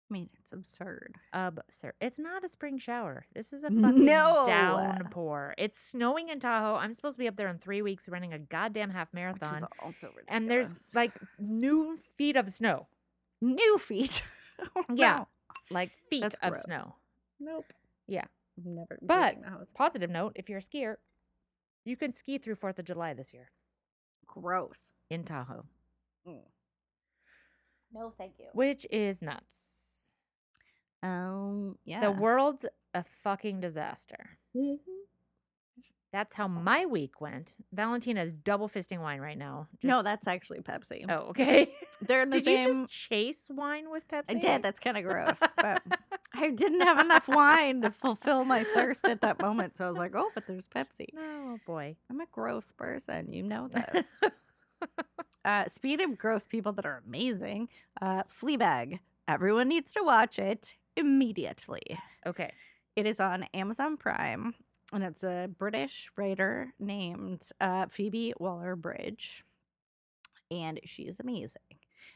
[SPEAKER 2] I mean, it's absurd.
[SPEAKER 3] Absurd. It's not a spring shower. This is a fucking
[SPEAKER 2] No.
[SPEAKER 3] downpour. It's snowing in Tahoe. I'm supposed to be up there in three weeks running a goddamn half
[SPEAKER 2] Which is
[SPEAKER 3] marathon.
[SPEAKER 2] also ridiculous.
[SPEAKER 3] And there's like new feet of snow.
[SPEAKER 2] new feet. Oh,
[SPEAKER 3] Yeah. Like feet
[SPEAKER 2] That's
[SPEAKER 3] of
[SPEAKER 2] gross.
[SPEAKER 3] snow.
[SPEAKER 2] no. Nope.
[SPEAKER 3] Yeah.
[SPEAKER 2] I'm Never. leaving
[SPEAKER 3] But-
[SPEAKER 2] the house.
[SPEAKER 3] Positive note if you're a skier, you can ski through 4th of July this year
[SPEAKER 2] gross.
[SPEAKER 3] in Tahoe,
[SPEAKER 2] No, thank you.
[SPEAKER 3] which is nuts.
[SPEAKER 2] Um, yeah. Mm-hmm.
[SPEAKER 3] The world's a fucking disaster. That's how my week went. Valentina's double fisting wine right now.
[SPEAKER 2] No,
[SPEAKER 3] Just-
[SPEAKER 2] that's actually Pepsi.
[SPEAKER 3] Oh, okay.
[SPEAKER 2] They're in the
[SPEAKER 3] Did
[SPEAKER 2] same.
[SPEAKER 3] you just chase wine with Pepsi?
[SPEAKER 2] I did. That's kind of gross, but I didn't have enough wine to fulfill my thirst at that moment. So I was like, oh, but there's Pepsi.
[SPEAKER 3] No, Oh, boy.
[SPEAKER 2] I'm a gross person. You know this. uh, speaking of gross people that are amazing, uh, Fleabag. Everyone needs to watch it immediately.
[SPEAKER 3] Okay.
[SPEAKER 2] It is on Amazon Prime, and it's a British writer named uh, Phoebe Waller Bridge. And she is amazing.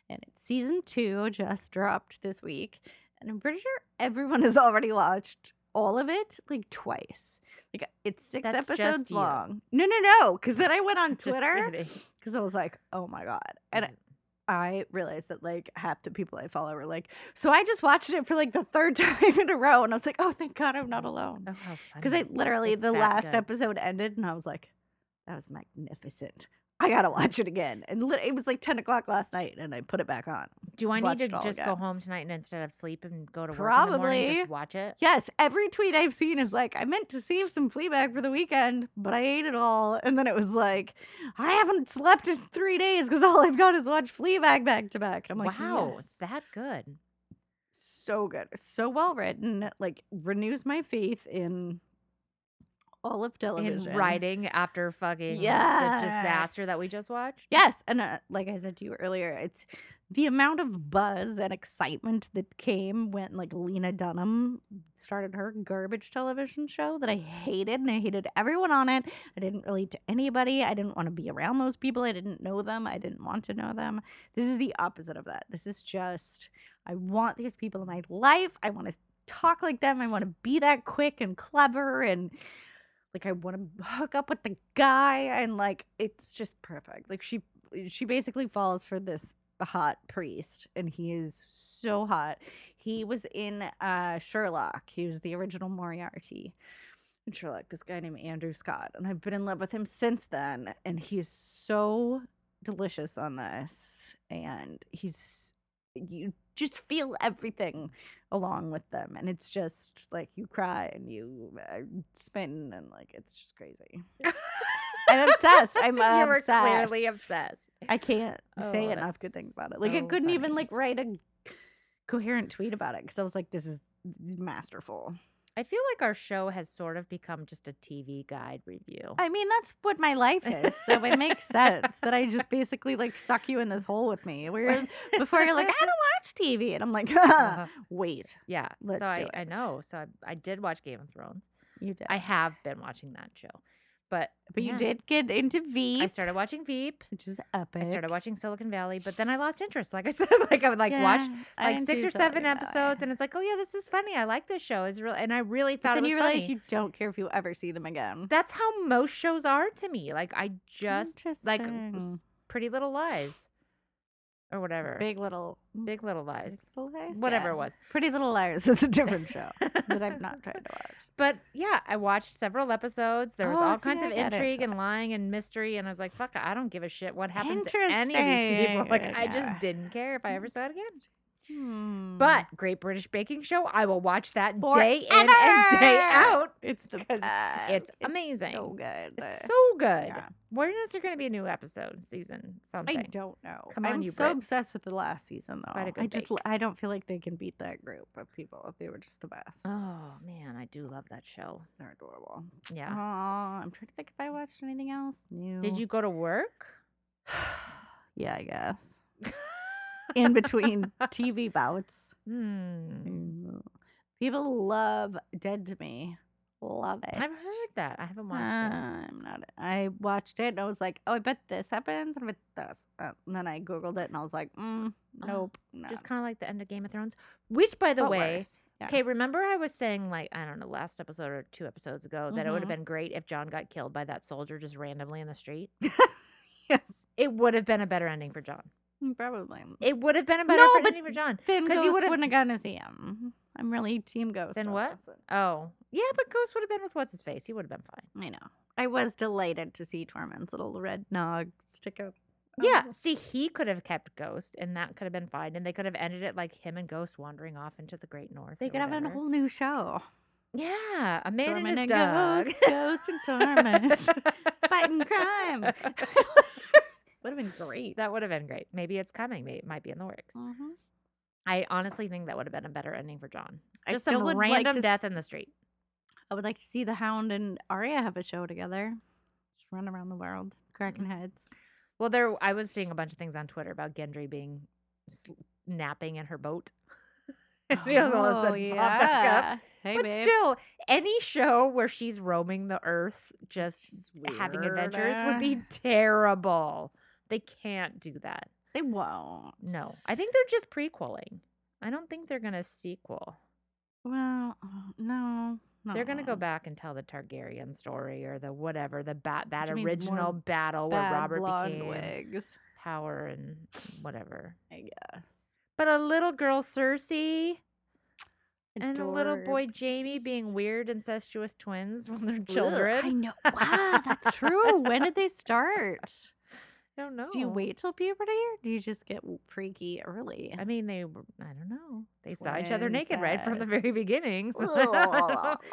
[SPEAKER 2] And it's season two just dropped this week. And I'm pretty sure everyone has already watched all of it like twice. Like it's six
[SPEAKER 3] That's just
[SPEAKER 2] episodes
[SPEAKER 3] you.
[SPEAKER 2] long. No, no, no. Because then I went on
[SPEAKER 3] Just
[SPEAKER 2] Twitter
[SPEAKER 3] kidding.
[SPEAKER 2] because I was like, oh my God. And I realized that like half the people I follow were like, so I just watched it for like the third time in a row. And I was like, oh, thank God I'm not alone.
[SPEAKER 3] Oh, how
[SPEAKER 2] Because I
[SPEAKER 3] funny.
[SPEAKER 2] literally,
[SPEAKER 3] It's
[SPEAKER 2] the
[SPEAKER 3] that
[SPEAKER 2] last
[SPEAKER 3] good.
[SPEAKER 2] episode ended and I was like, that was magnificent. I got to watch it again. And lit- it was like 10 o'clock last night and I put it back on.
[SPEAKER 3] Do I need
[SPEAKER 2] watched
[SPEAKER 3] to
[SPEAKER 2] it all
[SPEAKER 3] just go
[SPEAKER 2] again.
[SPEAKER 3] home tonight and instead of sleep and go to work in the morning,
[SPEAKER 2] Probably.
[SPEAKER 3] just watch it?
[SPEAKER 2] Yes, every tweet I've seen is like, I meant to save some Fleabag for the weekend, but I ate it all. And then it was like, I haven't slept in three days because all I've done is watch Fleabag back to back. And I'm like,
[SPEAKER 3] wow,
[SPEAKER 2] yes.
[SPEAKER 3] it's that good.
[SPEAKER 2] so good, so well written. Like renews my faith in all of television.
[SPEAKER 3] In writing after fucking the disaster that we
[SPEAKER 2] Yes.
[SPEAKER 3] just watched.
[SPEAKER 2] Yes, and uh, like I said to you earlier, it's the amount of buzz and excitement that came when like Lena Dunham started her garbage television show that I hated and I hated everyone on it. I didn't relate to anybody. I didn't want to be around those people. I didn't know them. I didn't want to know them. This is the opposite of that. This is just I want these people in my life. I want to talk like them. I want to be that quick and clever and like I want to hook up with the guy and like it's just perfect. Like she she basically falls for this hot priest and he is so hot. He was in uh Sherlock. He was the original Moriarty. in Sherlock, this guy named Andrew Scott, and I've been in love with him since then and he is so delicious on this and he's you just feel everything along with them and it's just like you cry and you uh, spin and like it's just crazy i'm obsessed i'm
[SPEAKER 3] you were
[SPEAKER 2] obsessed
[SPEAKER 3] clearly obsessed.
[SPEAKER 2] i can't say
[SPEAKER 3] Oh,
[SPEAKER 2] enough good
[SPEAKER 3] that's
[SPEAKER 2] things about it like i
[SPEAKER 3] so
[SPEAKER 2] couldn't even
[SPEAKER 3] funny.
[SPEAKER 2] like write a coherent tweet about it because i was like this is masterful
[SPEAKER 3] I feel like our show has sort of become just a TV guide review.
[SPEAKER 2] i mean that's what my life is so it makes sense that i just basically like suck you in this hole with me where before you're like i don't watch tv and i'm like
[SPEAKER 3] Uh-huh.
[SPEAKER 2] wait
[SPEAKER 3] yeah.
[SPEAKER 2] Let's
[SPEAKER 3] so
[SPEAKER 2] do
[SPEAKER 3] I, I
[SPEAKER 2] it.
[SPEAKER 3] know. So I, I did watch Game of Thrones.
[SPEAKER 2] you did
[SPEAKER 3] I have been watching that show. But
[SPEAKER 2] But
[SPEAKER 3] yeah,
[SPEAKER 2] you did get into V,
[SPEAKER 3] I started watching Veep.
[SPEAKER 2] which is epic.
[SPEAKER 3] I started watching Silicon Valley, but then I lost interest. Like I said, like I would like watch
[SPEAKER 2] Yeah, I
[SPEAKER 3] like
[SPEAKER 2] didn't
[SPEAKER 3] six
[SPEAKER 2] do
[SPEAKER 3] or
[SPEAKER 2] Silicon
[SPEAKER 3] seven
[SPEAKER 2] Valley.
[SPEAKER 3] episodes, and it's like, oh yeah, this is funny. I like this show. It's real, and I really
[SPEAKER 2] But
[SPEAKER 3] thought
[SPEAKER 2] then
[SPEAKER 3] it was
[SPEAKER 2] you realize
[SPEAKER 3] funny.
[SPEAKER 2] you don't care if you ever see them again.
[SPEAKER 3] That's how most shows are to me. Like I just like s-
[SPEAKER 2] Interesting.
[SPEAKER 3] Pretty Little Lies, or whatever.
[SPEAKER 2] Big Little
[SPEAKER 3] Big Little Lies.
[SPEAKER 2] Little Liars,
[SPEAKER 3] Whatever
[SPEAKER 2] yeah.
[SPEAKER 3] it was.
[SPEAKER 2] Pretty Little Liars is a different show that I've not tried to watch.
[SPEAKER 3] But yeah, I watched several episodes. There was
[SPEAKER 2] Oh,
[SPEAKER 3] all
[SPEAKER 2] see,
[SPEAKER 3] kinds
[SPEAKER 2] I
[SPEAKER 3] of
[SPEAKER 2] get it.
[SPEAKER 3] intrigue and lying and mystery, and I was like, "Fuck, I don't give a shit what happens to any of these people." Like,
[SPEAKER 2] Interesting.
[SPEAKER 3] I just
[SPEAKER 2] Yeah.
[SPEAKER 3] didn't care if I ever saw it again.
[SPEAKER 2] Hmm.
[SPEAKER 3] But Great British Baking Show, I will watch that day in and day
[SPEAKER 2] Forever!
[SPEAKER 3] out.
[SPEAKER 2] it's the
[SPEAKER 3] 'cause
[SPEAKER 2] best.
[SPEAKER 3] it's amazing.
[SPEAKER 2] so good.
[SPEAKER 3] It's so good.
[SPEAKER 2] yeah.
[SPEAKER 3] When is there going to be a new episode, season, something?
[SPEAKER 2] I don't know.
[SPEAKER 3] Come
[SPEAKER 2] I'm
[SPEAKER 3] on, you
[SPEAKER 2] so
[SPEAKER 3] Brits.
[SPEAKER 2] obsessed with the last season though.
[SPEAKER 3] Despite a
[SPEAKER 2] I
[SPEAKER 3] good
[SPEAKER 2] just
[SPEAKER 3] bake.
[SPEAKER 2] I don't feel like they can beat that group of people. They were just the best.
[SPEAKER 3] Oh man, I do love that show.
[SPEAKER 2] They're adorable.
[SPEAKER 3] Yeah.
[SPEAKER 2] Aw, I'm trying to think if I watched anything else new.
[SPEAKER 3] Did you go to work?
[SPEAKER 2] yeah, I guess. In between TV bouts.
[SPEAKER 3] Hmm.
[SPEAKER 2] Mm. People love Dead to Me. Love it.
[SPEAKER 3] I've heard that. I haven't watched it.
[SPEAKER 2] Uh, I'm not. I watched it and I was like, oh, I bet this happens. I bet this. Uh, and then I Googled it and I was like, mm, nope. no.
[SPEAKER 3] Just kind of like the end of Game of Thrones, which, by the
[SPEAKER 2] But
[SPEAKER 3] way,
[SPEAKER 2] worse. Yeah.
[SPEAKER 3] okay. Remember, I was saying like I don't know, last episode or two episodes ago, that it would have
[SPEAKER 2] Mhm.
[SPEAKER 3] been great if John got killed by that soldier just randomly in the street.
[SPEAKER 2] Yes.
[SPEAKER 3] It would have been a better ending for John.
[SPEAKER 2] Probably.
[SPEAKER 3] It would have been a better
[SPEAKER 2] No,
[SPEAKER 3] for-
[SPEAKER 2] but
[SPEAKER 3] ending for John.
[SPEAKER 2] Then
[SPEAKER 3] 'Cause you
[SPEAKER 2] Ghost you
[SPEAKER 3] would've-
[SPEAKER 2] wouldn't have gotten to see him. I'm really Team Ghost.
[SPEAKER 3] Then
[SPEAKER 2] on
[SPEAKER 3] what?
[SPEAKER 2] this one.
[SPEAKER 3] Oh, yeah, but Ghost would have been with what's his face. He would have been fine.
[SPEAKER 2] I know. I was delighted to see Tormund's little red nog stick Oh, out.
[SPEAKER 3] Yeah, see, he could have kept Ghost, and that could have been fine, and they could have ended it like him and Ghost wandering off into the Great North.
[SPEAKER 2] They
[SPEAKER 3] or
[SPEAKER 2] could have a
[SPEAKER 3] whatever.
[SPEAKER 2] whole new show.
[SPEAKER 3] yeah, a man
[SPEAKER 2] Tormund
[SPEAKER 3] and his dog.
[SPEAKER 2] Ghost, Ghost and Torment. Fighting crime. Would have been great.
[SPEAKER 3] That would have been great. Maybe it's coming. Maybe it might be in the works.
[SPEAKER 2] Mhm.
[SPEAKER 3] I honestly think that would have been a better ending for John.
[SPEAKER 2] I
[SPEAKER 3] Just
[SPEAKER 2] still
[SPEAKER 3] some
[SPEAKER 2] would like
[SPEAKER 3] random
[SPEAKER 2] to s-
[SPEAKER 3] death in the street.
[SPEAKER 2] I would like to see the Hound and Arya have a show together. Just run around the world,
[SPEAKER 3] Mm-hmm.
[SPEAKER 2] cracking heads.
[SPEAKER 3] Well, there I was seeing a bunch of things on Twitter about Gendry being s- napping in her boat. And he was all of a sudden popped back up.
[SPEAKER 2] Oh, Hey,
[SPEAKER 3] but
[SPEAKER 2] babe.
[SPEAKER 3] still, any show where she's roaming the earth, just
[SPEAKER 2] She's eh?
[SPEAKER 3] having adventures, would be
[SPEAKER 2] weird.
[SPEAKER 3] terrible. They can't do that.
[SPEAKER 2] They won't.
[SPEAKER 3] No, I think they're just prequeling. I don't think they're gonna sequel.
[SPEAKER 2] Well, oh, no.
[SPEAKER 3] They're gonna go
[SPEAKER 2] no.
[SPEAKER 3] back and tell the Targaryen story or the whatever the bat that
[SPEAKER 2] Which means more
[SPEAKER 3] original battle where
[SPEAKER 2] Bad
[SPEAKER 3] Robert
[SPEAKER 2] blonde
[SPEAKER 3] became
[SPEAKER 2] wigs.
[SPEAKER 3] power and whatever.
[SPEAKER 2] I guess.
[SPEAKER 3] But a little girl Cersei and a little boy Jamie
[SPEAKER 2] Adorbs.
[SPEAKER 3] being weird incestuous twins when they're
[SPEAKER 2] Ugh,
[SPEAKER 3] children.
[SPEAKER 2] I know. Wow, that's true. when did they start?
[SPEAKER 3] I don't know.
[SPEAKER 2] Do you wait till puberty or do you just get w- freaky early?
[SPEAKER 3] I mean, they. were- I don't know. They saw each other naked right from the very
[SPEAKER 2] Twincest.
[SPEAKER 3] beginning. so I don't know.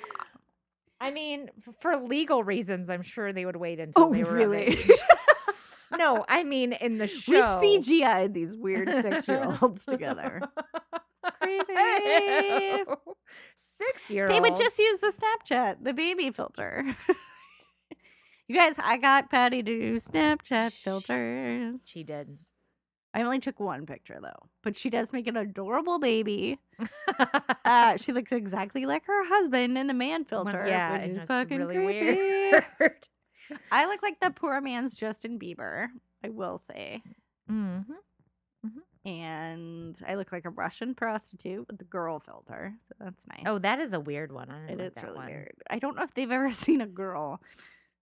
[SPEAKER 3] I mean, f- for legal reasons, I'm sure they would wait until
[SPEAKER 2] oh,
[SPEAKER 3] they were of
[SPEAKER 2] really?
[SPEAKER 3] age. no, I mean in the
[SPEAKER 2] we
[SPEAKER 3] show.
[SPEAKER 2] CGI these weird six year olds together. Creepy.
[SPEAKER 3] Six year old.
[SPEAKER 2] They would just use the Snapchat, the baby filter. you guys, I got Patty to do Snapchat
[SPEAKER 3] She-
[SPEAKER 2] filters.
[SPEAKER 3] she did.
[SPEAKER 2] I only took one picture though, but she does make an adorable baby. Uh, she looks exactly like her husband in the man filter,
[SPEAKER 3] yeah, I
[SPEAKER 2] which
[SPEAKER 3] know,
[SPEAKER 2] is
[SPEAKER 3] it's
[SPEAKER 2] fucking
[SPEAKER 3] really
[SPEAKER 2] creepy.
[SPEAKER 3] weird.
[SPEAKER 2] I look like the poor man's Justin Bieber, I will say.
[SPEAKER 3] hmm
[SPEAKER 2] And I look like a Russian prostitute with the girl filter. So that's nice.
[SPEAKER 3] Oh, that is a weird one. I
[SPEAKER 2] It is
[SPEAKER 3] didn't like that
[SPEAKER 2] really
[SPEAKER 3] one.
[SPEAKER 2] weird. I don't know if they've ever seen a girl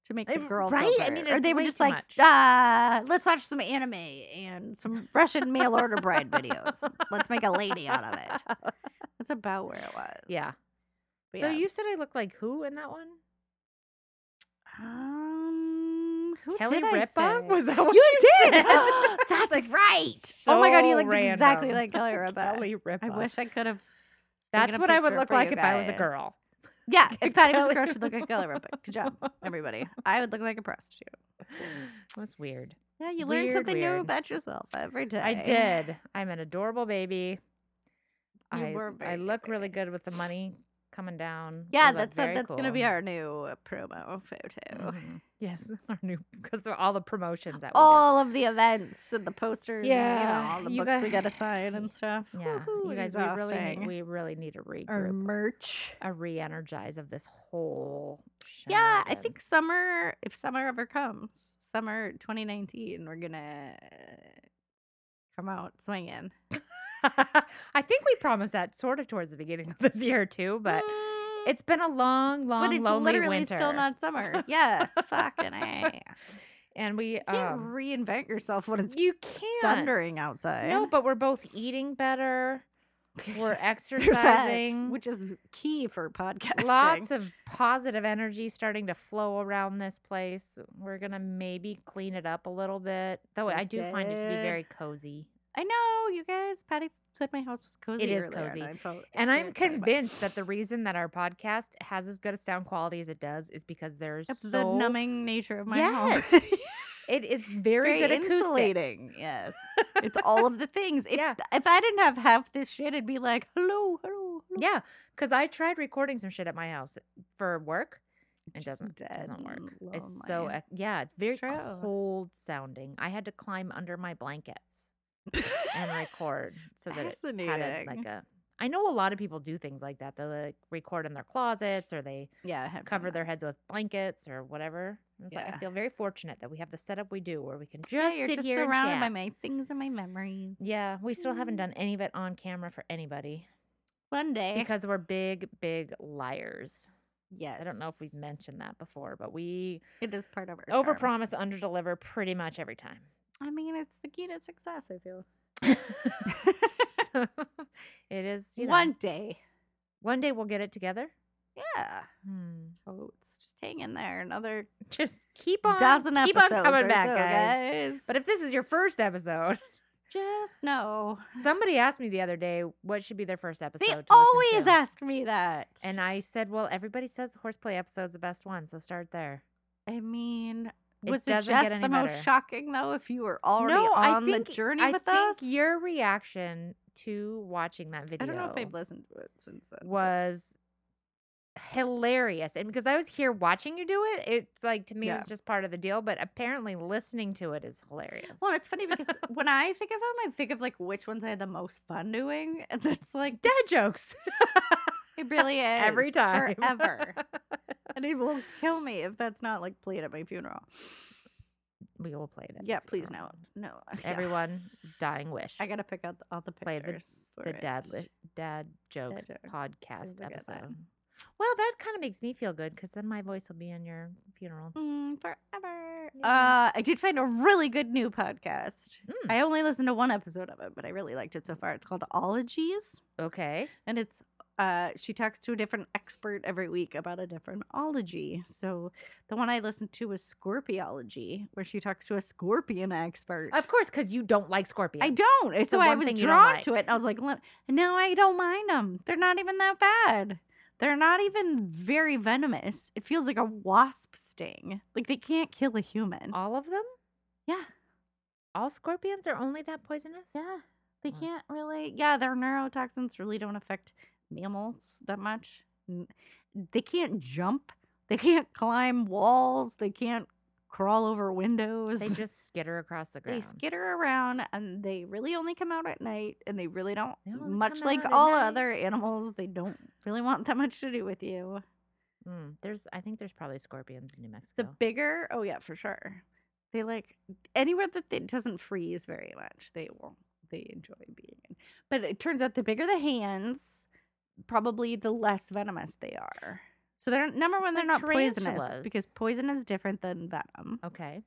[SPEAKER 2] to make the
[SPEAKER 3] I've-
[SPEAKER 2] girl
[SPEAKER 3] right? I
[SPEAKER 2] filter.
[SPEAKER 3] mean,
[SPEAKER 2] or
[SPEAKER 3] it's
[SPEAKER 2] they were
[SPEAKER 3] way
[SPEAKER 2] just
[SPEAKER 3] too
[SPEAKER 2] like,
[SPEAKER 3] much.
[SPEAKER 2] uh, let's watch some anime and some Russian mail order bride videos. Let's make a lady out of it. That's about where it was.
[SPEAKER 3] Yeah.
[SPEAKER 2] But
[SPEAKER 3] So
[SPEAKER 2] yeah.
[SPEAKER 3] you said I look like who in that one?
[SPEAKER 2] um, who
[SPEAKER 3] Kelly
[SPEAKER 2] did I
[SPEAKER 3] Ripa?
[SPEAKER 2] say?
[SPEAKER 3] Was that what
[SPEAKER 2] you,
[SPEAKER 3] you
[SPEAKER 2] did.
[SPEAKER 3] said?
[SPEAKER 2] That's
[SPEAKER 3] Like,
[SPEAKER 2] right. oh my god, you
[SPEAKER 3] so
[SPEAKER 2] looked exactly
[SPEAKER 3] random.
[SPEAKER 2] like Kelly Ripa.
[SPEAKER 3] Kelly Ripa.
[SPEAKER 2] I wish I could have.
[SPEAKER 3] That's
[SPEAKER 2] taken a
[SPEAKER 3] what I would
[SPEAKER 2] picture
[SPEAKER 3] look
[SPEAKER 2] for you
[SPEAKER 3] like if I was a
[SPEAKER 2] guys.
[SPEAKER 3] girl.
[SPEAKER 2] Yeah, if Patty was a
[SPEAKER 3] Kelly
[SPEAKER 2] girl, she'd look like Kelly Ripa. Good job, everybody. I would look like a prostitute.
[SPEAKER 3] That's weird.
[SPEAKER 2] Yeah, you learn
[SPEAKER 3] Weird,
[SPEAKER 2] something new
[SPEAKER 3] weird.
[SPEAKER 2] about yourself every day.
[SPEAKER 3] I did. I'm an adorable baby.
[SPEAKER 2] You
[SPEAKER 3] I,
[SPEAKER 2] were a
[SPEAKER 3] I
[SPEAKER 2] very good
[SPEAKER 3] look really
[SPEAKER 2] baby.
[SPEAKER 3] good with the money coming down. I
[SPEAKER 2] Yeah,
[SPEAKER 3] look
[SPEAKER 2] that's a,
[SPEAKER 3] very
[SPEAKER 2] that's gonna be
[SPEAKER 3] cool.
[SPEAKER 2] our new promo photo.
[SPEAKER 3] Mhm. Yes, our new because of all the promotions that we do.
[SPEAKER 2] All of the events and the posters.
[SPEAKER 3] Yeah,
[SPEAKER 2] and, you know, all the
[SPEAKER 3] you
[SPEAKER 2] books
[SPEAKER 3] gu-
[SPEAKER 2] we gotta sign and stuff.
[SPEAKER 3] Yeah,
[SPEAKER 2] Woohoo,
[SPEAKER 3] you guys, we really
[SPEAKER 2] exhausting.
[SPEAKER 3] need, we really need to
[SPEAKER 2] our
[SPEAKER 3] regroup,
[SPEAKER 2] merch.
[SPEAKER 3] a re-energize of this whole.
[SPEAKER 2] Yeah, I
[SPEAKER 3] shenanigan.
[SPEAKER 2] think summer, if summer ever comes, summer 2019, we're gonna come out swinging.
[SPEAKER 3] I think we promised that sort of towards the beginning of this year too, but
[SPEAKER 2] Mm,
[SPEAKER 3] it's been a long, long,
[SPEAKER 2] but it's
[SPEAKER 3] lonely
[SPEAKER 2] literally
[SPEAKER 3] winter.
[SPEAKER 2] still not summer. Yeah, fucking A.
[SPEAKER 3] And we
[SPEAKER 2] You can't
[SPEAKER 3] um,
[SPEAKER 2] reinvent yourself when it's
[SPEAKER 3] you can't
[SPEAKER 2] thundering outside.
[SPEAKER 3] No, but we're both eating better. We're
[SPEAKER 2] There's that,
[SPEAKER 3] exercising.
[SPEAKER 2] which is key for podcasting.
[SPEAKER 3] Lots of positive energy starting to flow around this place. We're gonna maybe clean it up a little bit, though.
[SPEAKER 2] We
[SPEAKER 3] I do find it to be
[SPEAKER 2] did.
[SPEAKER 3] very cozy,
[SPEAKER 2] I know, you guys. Patty said my house was cozy.
[SPEAKER 3] is
[SPEAKER 2] earlier,
[SPEAKER 3] cozy.
[SPEAKER 2] I felt
[SPEAKER 3] and
[SPEAKER 2] very excited
[SPEAKER 3] I'm
[SPEAKER 2] about it.
[SPEAKER 3] convinced that the reason that our podcast has as good a sound quality as it does is because there's
[SPEAKER 2] Of
[SPEAKER 3] so
[SPEAKER 2] the numbing nature of my
[SPEAKER 3] Yes.
[SPEAKER 2] house.
[SPEAKER 3] It is
[SPEAKER 2] It's
[SPEAKER 3] very, good acoustics.
[SPEAKER 2] insulating. Yes, it's all of the things. If,
[SPEAKER 3] Yeah.
[SPEAKER 2] if I didn't have half this shit, it'd be like hello, hello, hello.
[SPEAKER 3] Yeah, because I tried recording some shit at my house for work. It
[SPEAKER 2] Just
[SPEAKER 3] doesn't doesn't
[SPEAKER 2] dead
[SPEAKER 3] work.
[SPEAKER 2] and
[SPEAKER 3] It's so
[SPEAKER 2] lonely.
[SPEAKER 3] ec- yeah, it's very
[SPEAKER 2] Oh true.
[SPEAKER 3] cold sounding. I had to climb under my blankets and record so that it had a, like
[SPEAKER 2] Fascinating.
[SPEAKER 3] a. I know a lot of people do things like that. They like record in their closets or they
[SPEAKER 2] yeah, I have seen
[SPEAKER 3] cover
[SPEAKER 2] that.
[SPEAKER 3] their heads with blankets or whatever. And It's like I
[SPEAKER 2] Yeah.
[SPEAKER 3] feel very fortunate that we have the setup we do where we can just
[SPEAKER 2] Yeah, you're
[SPEAKER 3] sit
[SPEAKER 2] just
[SPEAKER 3] here and
[SPEAKER 2] surrounded by
[SPEAKER 3] chat.
[SPEAKER 2] my things and my memories.
[SPEAKER 3] Yeah, we still haven't
[SPEAKER 2] Mm.
[SPEAKER 3] done any of it on camera for anybody
[SPEAKER 2] One day,
[SPEAKER 3] because we're big, big liars.
[SPEAKER 2] yes,
[SPEAKER 3] I don't know if we've mentioned that before, but we
[SPEAKER 2] it is part of our charm.
[SPEAKER 3] overpromise, underdeliver pretty much every time.
[SPEAKER 2] I mean, it's the key to success. I feel.
[SPEAKER 3] it is you know,
[SPEAKER 2] One day,
[SPEAKER 3] One day we'll get it together.
[SPEAKER 2] yeah,
[SPEAKER 3] Hmm.
[SPEAKER 2] totes. Just hang in there. Another
[SPEAKER 3] Just keep on,
[SPEAKER 2] dozen
[SPEAKER 3] keep
[SPEAKER 2] episodes
[SPEAKER 3] on coming
[SPEAKER 2] or
[SPEAKER 3] back,
[SPEAKER 2] so,
[SPEAKER 3] guys.
[SPEAKER 2] guys.
[SPEAKER 3] But if this is your first episode,
[SPEAKER 2] just know,
[SPEAKER 3] somebody asked me the other day what should be their first episode.
[SPEAKER 2] they
[SPEAKER 3] to listen
[SPEAKER 2] always
[SPEAKER 3] to.
[SPEAKER 2] ask me that.
[SPEAKER 3] and I said, "Well, everybody says the horseplay episode's the best one, so start there."
[SPEAKER 2] I mean,
[SPEAKER 3] It
[SPEAKER 2] was it,
[SPEAKER 3] doesn't get
[SPEAKER 2] just
[SPEAKER 3] any
[SPEAKER 2] the most
[SPEAKER 3] better.
[SPEAKER 2] shocking though if you were already
[SPEAKER 3] no,
[SPEAKER 2] on
[SPEAKER 3] I think,
[SPEAKER 2] the journey
[SPEAKER 3] I
[SPEAKER 2] with
[SPEAKER 3] think
[SPEAKER 2] us?
[SPEAKER 3] your reaction to watching that video
[SPEAKER 2] I don't know if I've listened to it since then. but-
[SPEAKER 3] was hilarious. And because I was here watching you do it, it's like to me
[SPEAKER 2] Yeah.
[SPEAKER 3] it's just part of the deal, but apparently listening to it is hilarious.
[SPEAKER 2] Well, it's funny because when I think of them, I think of like which ones I had the most fun doing, and that's like
[SPEAKER 3] Dad
[SPEAKER 2] just-
[SPEAKER 3] jokes.
[SPEAKER 2] It really is
[SPEAKER 3] Every time.
[SPEAKER 2] forever, and it will kill me if that's not like played at my funeral.
[SPEAKER 3] we will play it. at
[SPEAKER 2] Yeah,
[SPEAKER 3] the
[SPEAKER 2] please no,
[SPEAKER 3] funeral.
[SPEAKER 2] no. yeah.
[SPEAKER 3] Everyone dying wish.
[SPEAKER 2] I gotta pick out all the
[SPEAKER 3] Play the-
[SPEAKER 2] pictures. for
[SPEAKER 3] the dad
[SPEAKER 2] it.
[SPEAKER 3] li- dad jokes
[SPEAKER 2] jokes. Don't
[SPEAKER 3] podcast
[SPEAKER 2] forget
[SPEAKER 3] episode.
[SPEAKER 2] that.
[SPEAKER 3] Well, that kind of makes me feel good because then my voice will be on your funeral.
[SPEAKER 2] Mm, forever. Uh,
[SPEAKER 3] Yeah.
[SPEAKER 2] I did find a really good new podcast.
[SPEAKER 3] Mm.
[SPEAKER 2] I only listened to one episode of it, but I really liked it so far. It's called Ologies,
[SPEAKER 3] Okay.
[SPEAKER 2] and it's uh, she talks to a different expert every week about a different ology. So the one I listened to was Scorpiology, where she talks to a scorpion expert.
[SPEAKER 3] Of course, because you don't like scorpions.
[SPEAKER 2] I don't. It's
[SPEAKER 3] the
[SPEAKER 2] so I
[SPEAKER 3] one
[SPEAKER 2] was
[SPEAKER 3] thing you don't
[SPEAKER 2] drawn to it, and I was like, "Let- no, I don't mind them. They're not even that bad. They're not even very venomous. It feels like a wasp sting. Like they can't kill a human.
[SPEAKER 3] All of them?
[SPEAKER 2] Yeah.
[SPEAKER 3] All scorpions are only that poisonous?
[SPEAKER 2] Yeah, they
[SPEAKER 3] Wow.
[SPEAKER 2] can't really. Yeah, their neurotoxins really don't affect mammals that much. N- They can't jump. They can't climb walls. They can't crawl over windows.
[SPEAKER 3] They just skitter across the
[SPEAKER 2] they
[SPEAKER 3] ground.
[SPEAKER 2] skitter around, and they really only come out at night. And they really don't.
[SPEAKER 3] They only
[SPEAKER 2] much
[SPEAKER 3] come
[SPEAKER 2] like
[SPEAKER 3] out at
[SPEAKER 2] all
[SPEAKER 3] night.
[SPEAKER 2] other animals, they don't really want that much to do with you.
[SPEAKER 3] Mm, there's, I think there's probably scorpions in New Mexico.
[SPEAKER 2] The bigger, oh yeah, for sure. They like anywhere that it doesn't freeze very much. They will. They enjoy being in. But it turns out the bigger the hands, probably the less venomous they are. So they're number
[SPEAKER 3] It's
[SPEAKER 2] one. They're not
[SPEAKER 3] like
[SPEAKER 2] poisonous because
[SPEAKER 3] tarantulas.
[SPEAKER 2] poison is different than venom.
[SPEAKER 3] okay.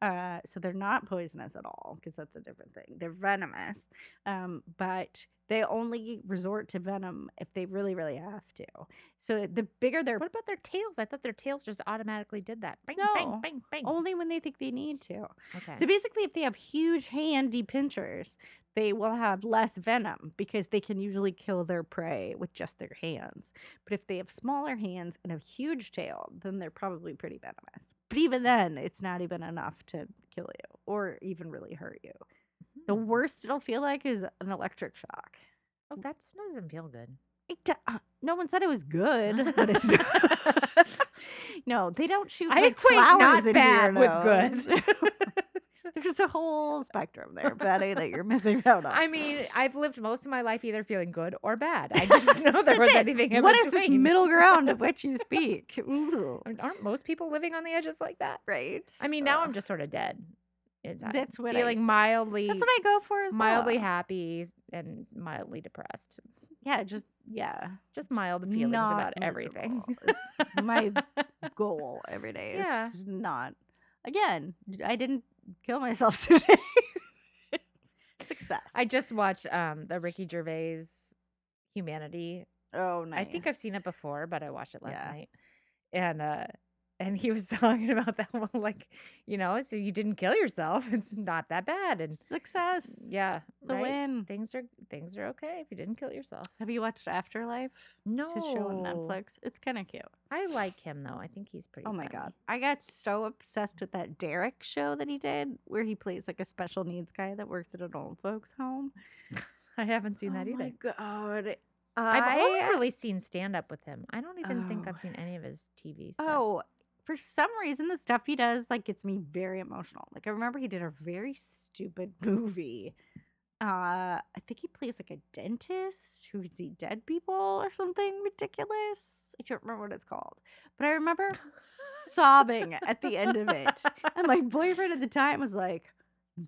[SPEAKER 2] Uh, so they're not poisonous at all because that's a different thing. They're venomous, um, but they only resort to venom if they really, really have to. So the bigger their
[SPEAKER 3] What about their tails? I thought their tails just automatically did that. Bang,
[SPEAKER 2] No,
[SPEAKER 3] bang, bang, bang.
[SPEAKER 2] only when they think they need to.
[SPEAKER 3] okay.
[SPEAKER 2] So basically, if they have huge, handy pinchers, they will have less venom because they can usually kill their prey with just their hands. But if they have smaller hands and a huge tail, then they're probably pretty venomous. But even then, it's not even enough to kill you or even really hurt you. The
[SPEAKER 3] Hmm.
[SPEAKER 2] worst it'll feel like is an electric shock.
[SPEAKER 3] Oh, that doesn't feel good.
[SPEAKER 2] It do- uh, no one said it was good, but it's not. no, they don't shoot
[SPEAKER 3] I
[SPEAKER 2] like
[SPEAKER 3] equate not
[SPEAKER 2] flowers into your
[SPEAKER 3] bad with
[SPEAKER 2] nose. There's a whole spectrum there, Betty, that you're missing out on.
[SPEAKER 3] I mean, I've lived most of my life either feeling good or bad. I didn't know there
[SPEAKER 2] That's
[SPEAKER 3] was
[SPEAKER 2] it.
[SPEAKER 3] anything in
[SPEAKER 2] What is
[SPEAKER 3] between.
[SPEAKER 2] this middle ground of which you speak? Ooh,
[SPEAKER 3] I mean, Aren't most people living on the edges like that?
[SPEAKER 2] right.
[SPEAKER 3] I mean, now
[SPEAKER 2] Ugh.
[SPEAKER 3] I'm just sort of dead. Inside.
[SPEAKER 2] That's
[SPEAKER 3] It's
[SPEAKER 2] what I-
[SPEAKER 3] feeling mildly,
[SPEAKER 2] That's what I go for as
[SPEAKER 3] mildly
[SPEAKER 2] well.
[SPEAKER 3] happy and mildly depressed.
[SPEAKER 2] Yeah, just yeah.
[SPEAKER 3] Just mild feelings
[SPEAKER 2] Not
[SPEAKER 3] about everything.
[SPEAKER 2] miserable is My goal every day is
[SPEAKER 3] Yeah.
[SPEAKER 2] just not. Again, I didn't kill myself today. Success.
[SPEAKER 3] I just watched um the Ricky Gervais Humanity.
[SPEAKER 2] Oh, nice.
[SPEAKER 3] I think I've seen it before, but I watched it last
[SPEAKER 2] Yeah.
[SPEAKER 3] night. And uh and he was talking about that one like, you know, so you didn't kill yourself. It's not that bad. And
[SPEAKER 2] Success.
[SPEAKER 3] yeah,
[SPEAKER 2] It's a
[SPEAKER 3] right?
[SPEAKER 2] win.
[SPEAKER 3] Things are things are okay if you didn't kill yourself.
[SPEAKER 2] Have you watched Afterlife?
[SPEAKER 3] No,
[SPEAKER 2] It's a show on Netflix. It's kind of cute.
[SPEAKER 3] I like him though. I think he's pretty.
[SPEAKER 2] Oh my
[SPEAKER 3] funny.
[SPEAKER 2] god. I got so obsessed with that Derek show that he did where he plays like a special needs guy that works at an old folks home.
[SPEAKER 3] I haven't seen that
[SPEAKER 2] oh
[SPEAKER 3] either.
[SPEAKER 2] My god.
[SPEAKER 3] I've only
[SPEAKER 2] I-
[SPEAKER 3] really seen stand up with him. I don't even think
[SPEAKER 2] Oh.
[SPEAKER 3] I've seen any of his TV stuff.
[SPEAKER 2] Oh, for some reason the stuff he does like gets me very emotional. Like I remember he did a very stupid movie. Uh I think he plays like a dentist who can see dead people or something ridiculous. I don't remember what it's called. But I remember sobbing at the end of it. And my boyfriend at the time was like,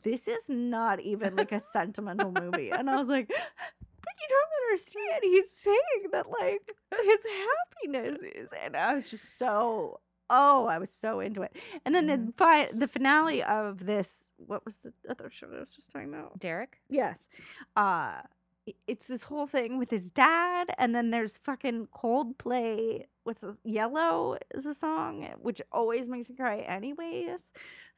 [SPEAKER 2] this is not even like a sentimental movie. And I was like, but you don't understand. He's saying that like his happiness is. And I was just so, oh, I was so into it. And then the,
[SPEAKER 3] Mhm.
[SPEAKER 2] fi- the finale of this, what was the other show that I was just talking about?
[SPEAKER 3] Derek.
[SPEAKER 2] Yes. Uh i- it's this whole thing with his dad and then there's fucking Coldplay what's this? Yellow is a song eh, which always makes me cry anyways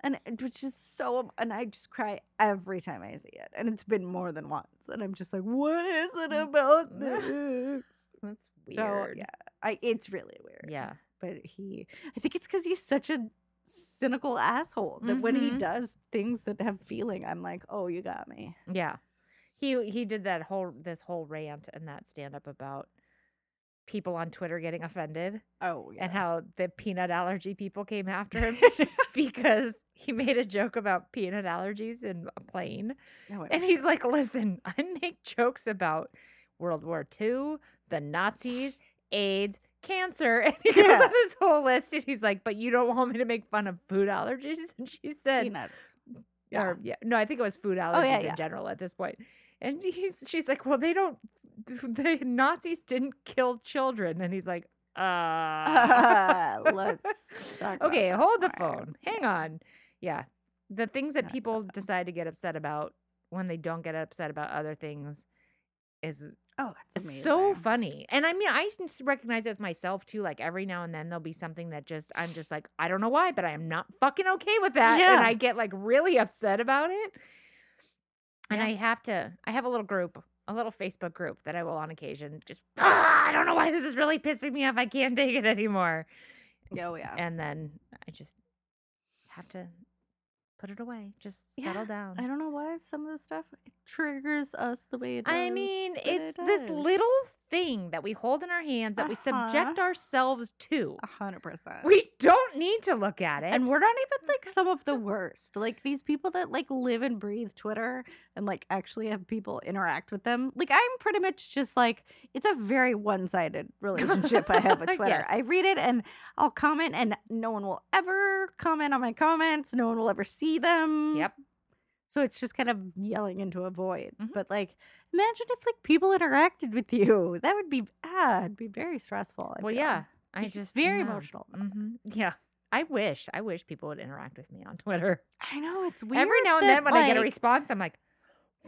[SPEAKER 2] and it- which is so and I just cry every time I see it and it's been more than once and I'm just like what is it
[SPEAKER 3] Mm.
[SPEAKER 2] about this
[SPEAKER 3] That's weird.
[SPEAKER 2] so yeah I it's really weird
[SPEAKER 3] Yeah.
[SPEAKER 2] but he I think it's cuz he's such a cynical asshole that when he
[SPEAKER 3] Mhm.
[SPEAKER 2] does things that have feeling, I'm like, oh, you got me.
[SPEAKER 3] Yeah. He he did that whole this whole rant and that stand up about people on Twitter getting offended
[SPEAKER 2] Oh, yeah.
[SPEAKER 3] and how the peanut allergy people came after him because he made a joke about peanut allergies in a plane.
[SPEAKER 2] No, it
[SPEAKER 3] And
[SPEAKER 2] was-
[SPEAKER 3] he's like, "Listen, I make jokes about World War II, the Nazis, AIDS, cancer." And he goes
[SPEAKER 2] Yeah.
[SPEAKER 3] on this whole list and he's like, "But you don't want me to make fun of food allergies?" And she said,
[SPEAKER 2] peanuts. Yeah. Oh,
[SPEAKER 3] or yeah, no, I think it was food allergies
[SPEAKER 2] yeah,
[SPEAKER 3] in
[SPEAKER 2] yeah.
[SPEAKER 3] general at this point. And he's she's like, well, they don't, the Nazis didn't kill children, and he's like, uh,
[SPEAKER 2] Uh, let's talk about
[SPEAKER 3] okay,
[SPEAKER 2] that
[SPEAKER 3] hold the
[SPEAKER 2] more.
[SPEAKER 3] phone, hang on, yeah, the things that
[SPEAKER 2] Talk about
[SPEAKER 3] people decide to get upset about when they don't get upset about other things is
[SPEAKER 2] Oh, that's amazing.
[SPEAKER 3] so funny. And I mean, I s- recognize it with myself too. Like every now and then there'll be something that just, I'm just like, I don't know why, but I am not fucking okay with that. And
[SPEAKER 2] Yeah.
[SPEAKER 3] I get like really upset about it. And
[SPEAKER 2] Yeah.
[SPEAKER 3] I have to, I have a little group, a little Facebook group that I will on occasion just, "Ah, I don't know why this is really pissing me off. I can't take it anymore.
[SPEAKER 2] Oh, yeah.
[SPEAKER 3] And then I just have to put it away, just settle
[SPEAKER 2] Yeah,
[SPEAKER 3] down.
[SPEAKER 2] I don't know why some of the stuff it triggers us the way it does.
[SPEAKER 3] I mean,
[SPEAKER 2] but
[SPEAKER 3] it's
[SPEAKER 2] it
[SPEAKER 3] this
[SPEAKER 2] does.
[SPEAKER 3] little thing that we hold in our hands that we subject
[SPEAKER 2] Uh-huh.
[SPEAKER 3] ourselves to.
[SPEAKER 2] A hundred percent.
[SPEAKER 3] We don't need to look at it.
[SPEAKER 2] and we're not even like some of the worst. Like these people that like live and breathe Twitter and like actually have people interact with them. Like I'm pretty much just like it's a very one-sided relationship I have with Twitter.
[SPEAKER 3] Yes.
[SPEAKER 2] I read it and I'll comment and no one will ever comment on my comments. No one will ever see them.
[SPEAKER 3] Yep.
[SPEAKER 2] So it's just kind of yelling into a void.
[SPEAKER 3] Mhm.
[SPEAKER 2] But like imagine if like people interacted with you. That would be ah, it'd be very stressful. I
[SPEAKER 3] well,
[SPEAKER 2] feel.
[SPEAKER 3] yeah. I
[SPEAKER 2] It's
[SPEAKER 3] just
[SPEAKER 2] uh, very
[SPEAKER 3] no.
[SPEAKER 2] emotional. about it.
[SPEAKER 3] Mhm. Yeah. I wish. I wish people would interact with me on Twitter.
[SPEAKER 2] I know it's weird.
[SPEAKER 3] Every now and
[SPEAKER 2] that,
[SPEAKER 3] then when I get a
[SPEAKER 2] like,
[SPEAKER 3] response, I'm like,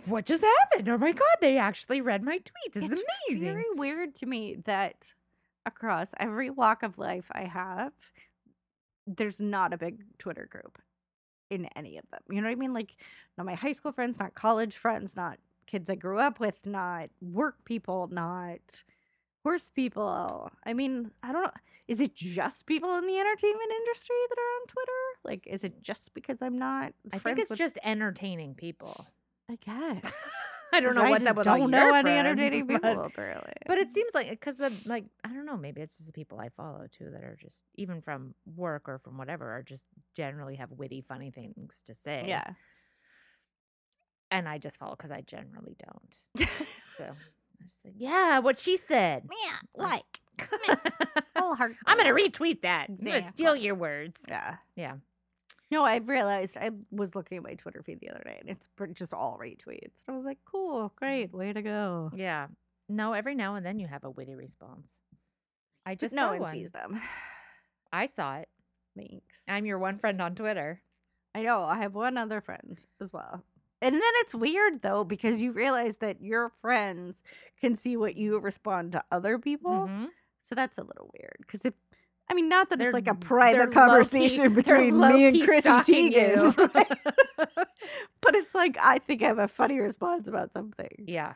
[SPEAKER 3] what just happened? Oh my God, they actually read my tweet. This is
[SPEAKER 2] It's
[SPEAKER 3] amazing.
[SPEAKER 2] very weird to me that across every walk of life I have, there's not a big Twitter group in any of them. You know what I mean? Like, not my high school friends, not college friends, not kids I grew up with, not work people, not horse people. I mean, I don't know. Is it just people in the entertainment industry that are on Twitter? Like, is it just because I'm not?
[SPEAKER 3] I think
[SPEAKER 2] friends
[SPEAKER 3] it's
[SPEAKER 2] with-
[SPEAKER 3] just entertaining people.
[SPEAKER 2] I guess.
[SPEAKER 3] I don't know
[SPEAKER 2] I
[SPEAKER 3] what's
[SPEAKER 2] just
[SPEAKER 3] up with all
[SPEAKER 2] don't know
[SPEAKER 3] your
[SPEAKER 2] any
[SPEAKER 3] friends,
[SPEAKER 2] entertaining
[SPEAKER 3] but-
[SPEAKER 2] people, apparently.
[SPEAKER 3] But it seems like because the like I don't know, maybe it's just the people I follow too that are just even from work or from whatever are just generally have witty, funny things to say.
[SPEAKER 2] yeah.
[SPEAKER 3] and I just follow because I generally don't. so I just like, yeah, what she said.
[SPEAKER 2] Yeah,
[SPEAKER 3] Like-
[SPEAKER 2] like wholeheartedly.
[SPEAKER 3] I'm gonna retweet that. I'm gonna steal
[SPEAKER 2] Exactly.
[SPEAKER 3] your words.
[SPEAKER 2] Yeah.
[SPEAKER 3] Yeah.
[SPEAKER 2] No, I realized I was looking at my Twitter feed the other day, and it's pretty, just all retweets. And I was like, "Cool, great, way to go."
[SPEAKER 3] Mm-hmm. Yeah. No, every now and then you have a witty response. I
[SPEAKER 2] But
[SPEAKER 3] just
[SPEAKER 2] no
[SPEAKER 3] saw
[SPEAKER 2] one
[SPEAKER 3] one.
[SPEAKER 2] sees them.
[SPEAKER 3] I saw it.
[SPEAKER 2] Thanks.
[SPEAKER 3] I'm your one friend on Twitter.
[SPEAKER 2] I know. I have one other friend as well. And then it's weird though because you realize that your friends can see what you respond to other people.
[SPEAKER 3] Mhm.
[SPEAKER 2] So that's a little weird because if I mean, not that
[SPEAKER 3] They're-
[SPEAKER 2] it's like a
[SPEAKER 3] they're
[SPEAKER 2] private
[SPEAKER 3] low-key-
[SPEAKER 2] conversation
[SPEAKER 3] they're
[SPEAKER 2] between me and
[SPEAKER 3] low-key
[SPEAKER 2] Chrissy
[SPEAKER 3] stalking you.
[SPEAKER 2] Teigen, but it's like I think I have a funny response about something.
[SPEAKER 3] yeah.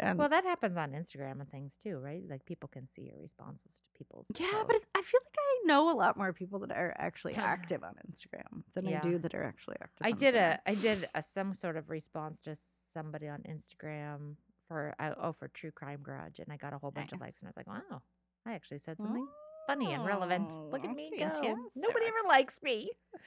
[SPEAKER 2] And
[SPEAKER 3] Well, that happens on Instagram and things too, right? Like people can see your responses to people's.
[SPEAKER 2] yeah, but it's, I
[SPEAKER 3] posts.
[SPEAKER 2] feel like I know a lot more people that are actually
[SPEAKER 3] Yeah.
[SPEAKER 2] active on Instagram than
[SPEAKER 3] Yeah.
[SPEAKER 2] I do that are actually active.
[SPEAKER 3] I
[SPEAKER 2] on
[SPEAKER 3] did
[SPEAKER 2] Twitter.
[SPEAKER 3] a I did a some sort of response to somebody on Instagram for I, oh for True Crime Garage, and I got a whole bunch of
[SPEAKER 2] Nice.
[SPEAKER 3] likes, and I was like, wow, I actually said something funny and relevant. Look
[SPEAKER 2] Oh,
[SPEAKER 3] at me
[SPEAKER 2] that's
[SPEAKER 3] go! Nobody
[SPEAKER 2] fantastic.
[SPEAKER 3] ever likes me.
[SPEAKER 2] yeah,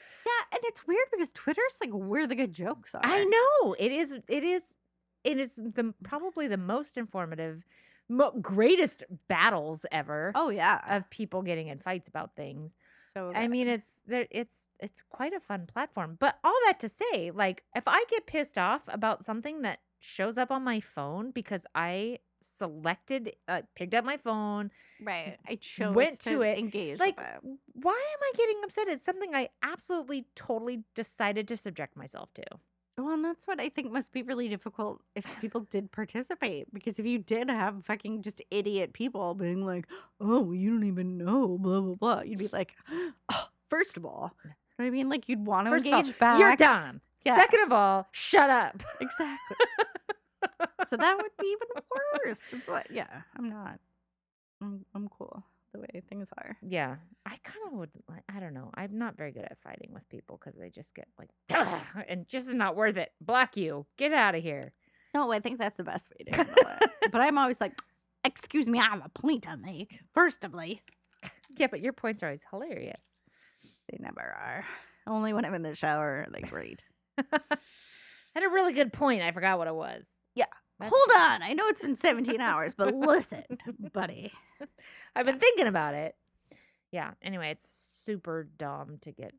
[SPEAKER 2] and it's weird because Twitter's like where the good jokes are.
[SPEAKER 3] I know it is. It is. It is the probably the most informative, mo- greatest battles ever
[SPEAKER 2] Oh yeah, Oh,
[SPEAKER 3] of people getting in fights about things.
[SPEAKER 2] so
[SPEAKER 3] I
[SPEAKER 2] good.
[SPEAKER 3] mean, it's there. It's it's quite a fun platform. But all that to say, like, if I get pissed off about something that shows up on my phone because I selected, uh, picked up my phone,
[SPEAKER 2] right? I chose
[SPEAKER 3] went to it,
[SPEAKER 2] engage.
[SPEAKER 3] like,
[SPEAKER 2] with it.
[SPEAKER 3] why am I getting upset? It's something I absolutely, totally decided to subject myself to.
[SPEAKER 2] Well, and that's what I think must be really difficult if people did participate. Because if you did have fucking just idiot people being like, oh, you don't even know, blah, blah, blah, you'd be like, oh, first of all, you know what I mean? Like, you'd want to
[SPEAKER 3] First
[SPEAKER 2] engage
[SPEAKER 3] of all,
[SPEAKER 2] back.
[SPEAKER 3] you're dumb.
[SPEAKER 2] Yeah.
[SPEAKER 3] Second of all, shut up.
[SPEAKER 2] Exactly. so that would be even worse. That's what, yeah, I'm not. I'm, I'm cool the way things are.
[SPEAKER 3] Yeah, I kind of would. li- I don't know. I'm not very good at fighting with people because they just get like, "Ugh," and just is not worth it. Block you. Get out of here.
[SPEAKER 2] No, I think that's the best way to handle it. But I'm always like, excuse me, I have a point to make. First of all, they
[SPEAKER 3] Yeah, but your points are always hilarious.
[SPEAKER 2] never are. Only when I'm in the shower are they great.
[SPEAKER 3] I had a really good point. I forgot what it was.
[SPEAKER 2] Yeah.
[SPEAKER 3] That's-
[SPEAKER 2] Hold on. I know it's been 17 hours, but listen, buddy.
[SPEAKER 3] I've been thinking about it. Yeah. Anyway, it's super dumb to get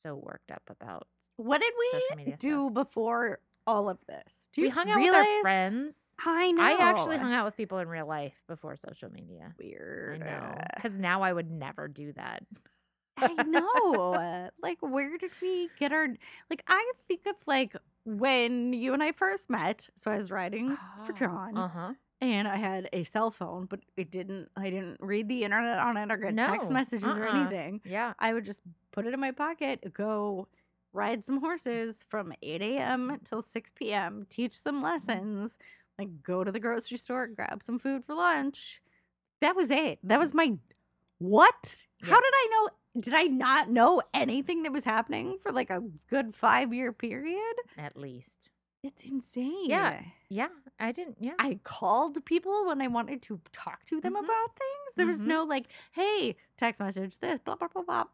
[SPEAKER 3] so worked up about.
[SPEAKER 2] What did
[SPEAKER 3] Social
[SPEAKER 2] we
[SPEAKER 3] media stuff.
[SPEAKER 2] do before all of this? Do
[SPEAKER 3] we
[SPEAKER 2] you
[SPEAKER 3] hung out
[SPEAKER 2] realize?
[SPEAKER 3] with our friends.
[SPEAKER 2] I know.
[SPEAKER 3] I actually hung out with people in real life before social media. I
[SPEAKER 2] Weird.
[SPEAKER 3] know. Because now I would never do that.
[SPEAKER 2] I know. uh, like, where did we get our? Like, I think of like when you and I first met. So I was riding Mm, for John,
[SPEAKER 3] Uh huh.
[SPEAKER 2] and I had a cell phone, but it didn't. I didn't read the internet on it or get text
[SPEAKER 3] No,
[SPEAKER 2] messages or
[SPEAKER 3] uh-uh.
[SPEAKER 2] anything.
[SPEAKER 3] Yeah.
[SPEAKER 2] I would just put it in my pocket, go ride some horses from 8 a.m. till 6 p.m., teach them lessons, like go to the grocery store, grab some food for lunch. That was it. That was my what?
[SPEAKER 3] Yeah.
[SPEAKER 2] How did I know? Did I not know anything that was happening for like a good five year period?
[SPEAKER 3] At least.
[SPEAKER 2] It's insane.
[SPEAKER 3] Yeah. I didn't. Yeah.
[SPEAKER 2] I called people when I wanted to talk to them
[SPEAKER 3] Mhm.
[SPEAKER 2] about things. There was
[SPEAKER 3] Mhm.
[SPEAKER 2] no like, hey, text message this, blah, blah, blah, blah.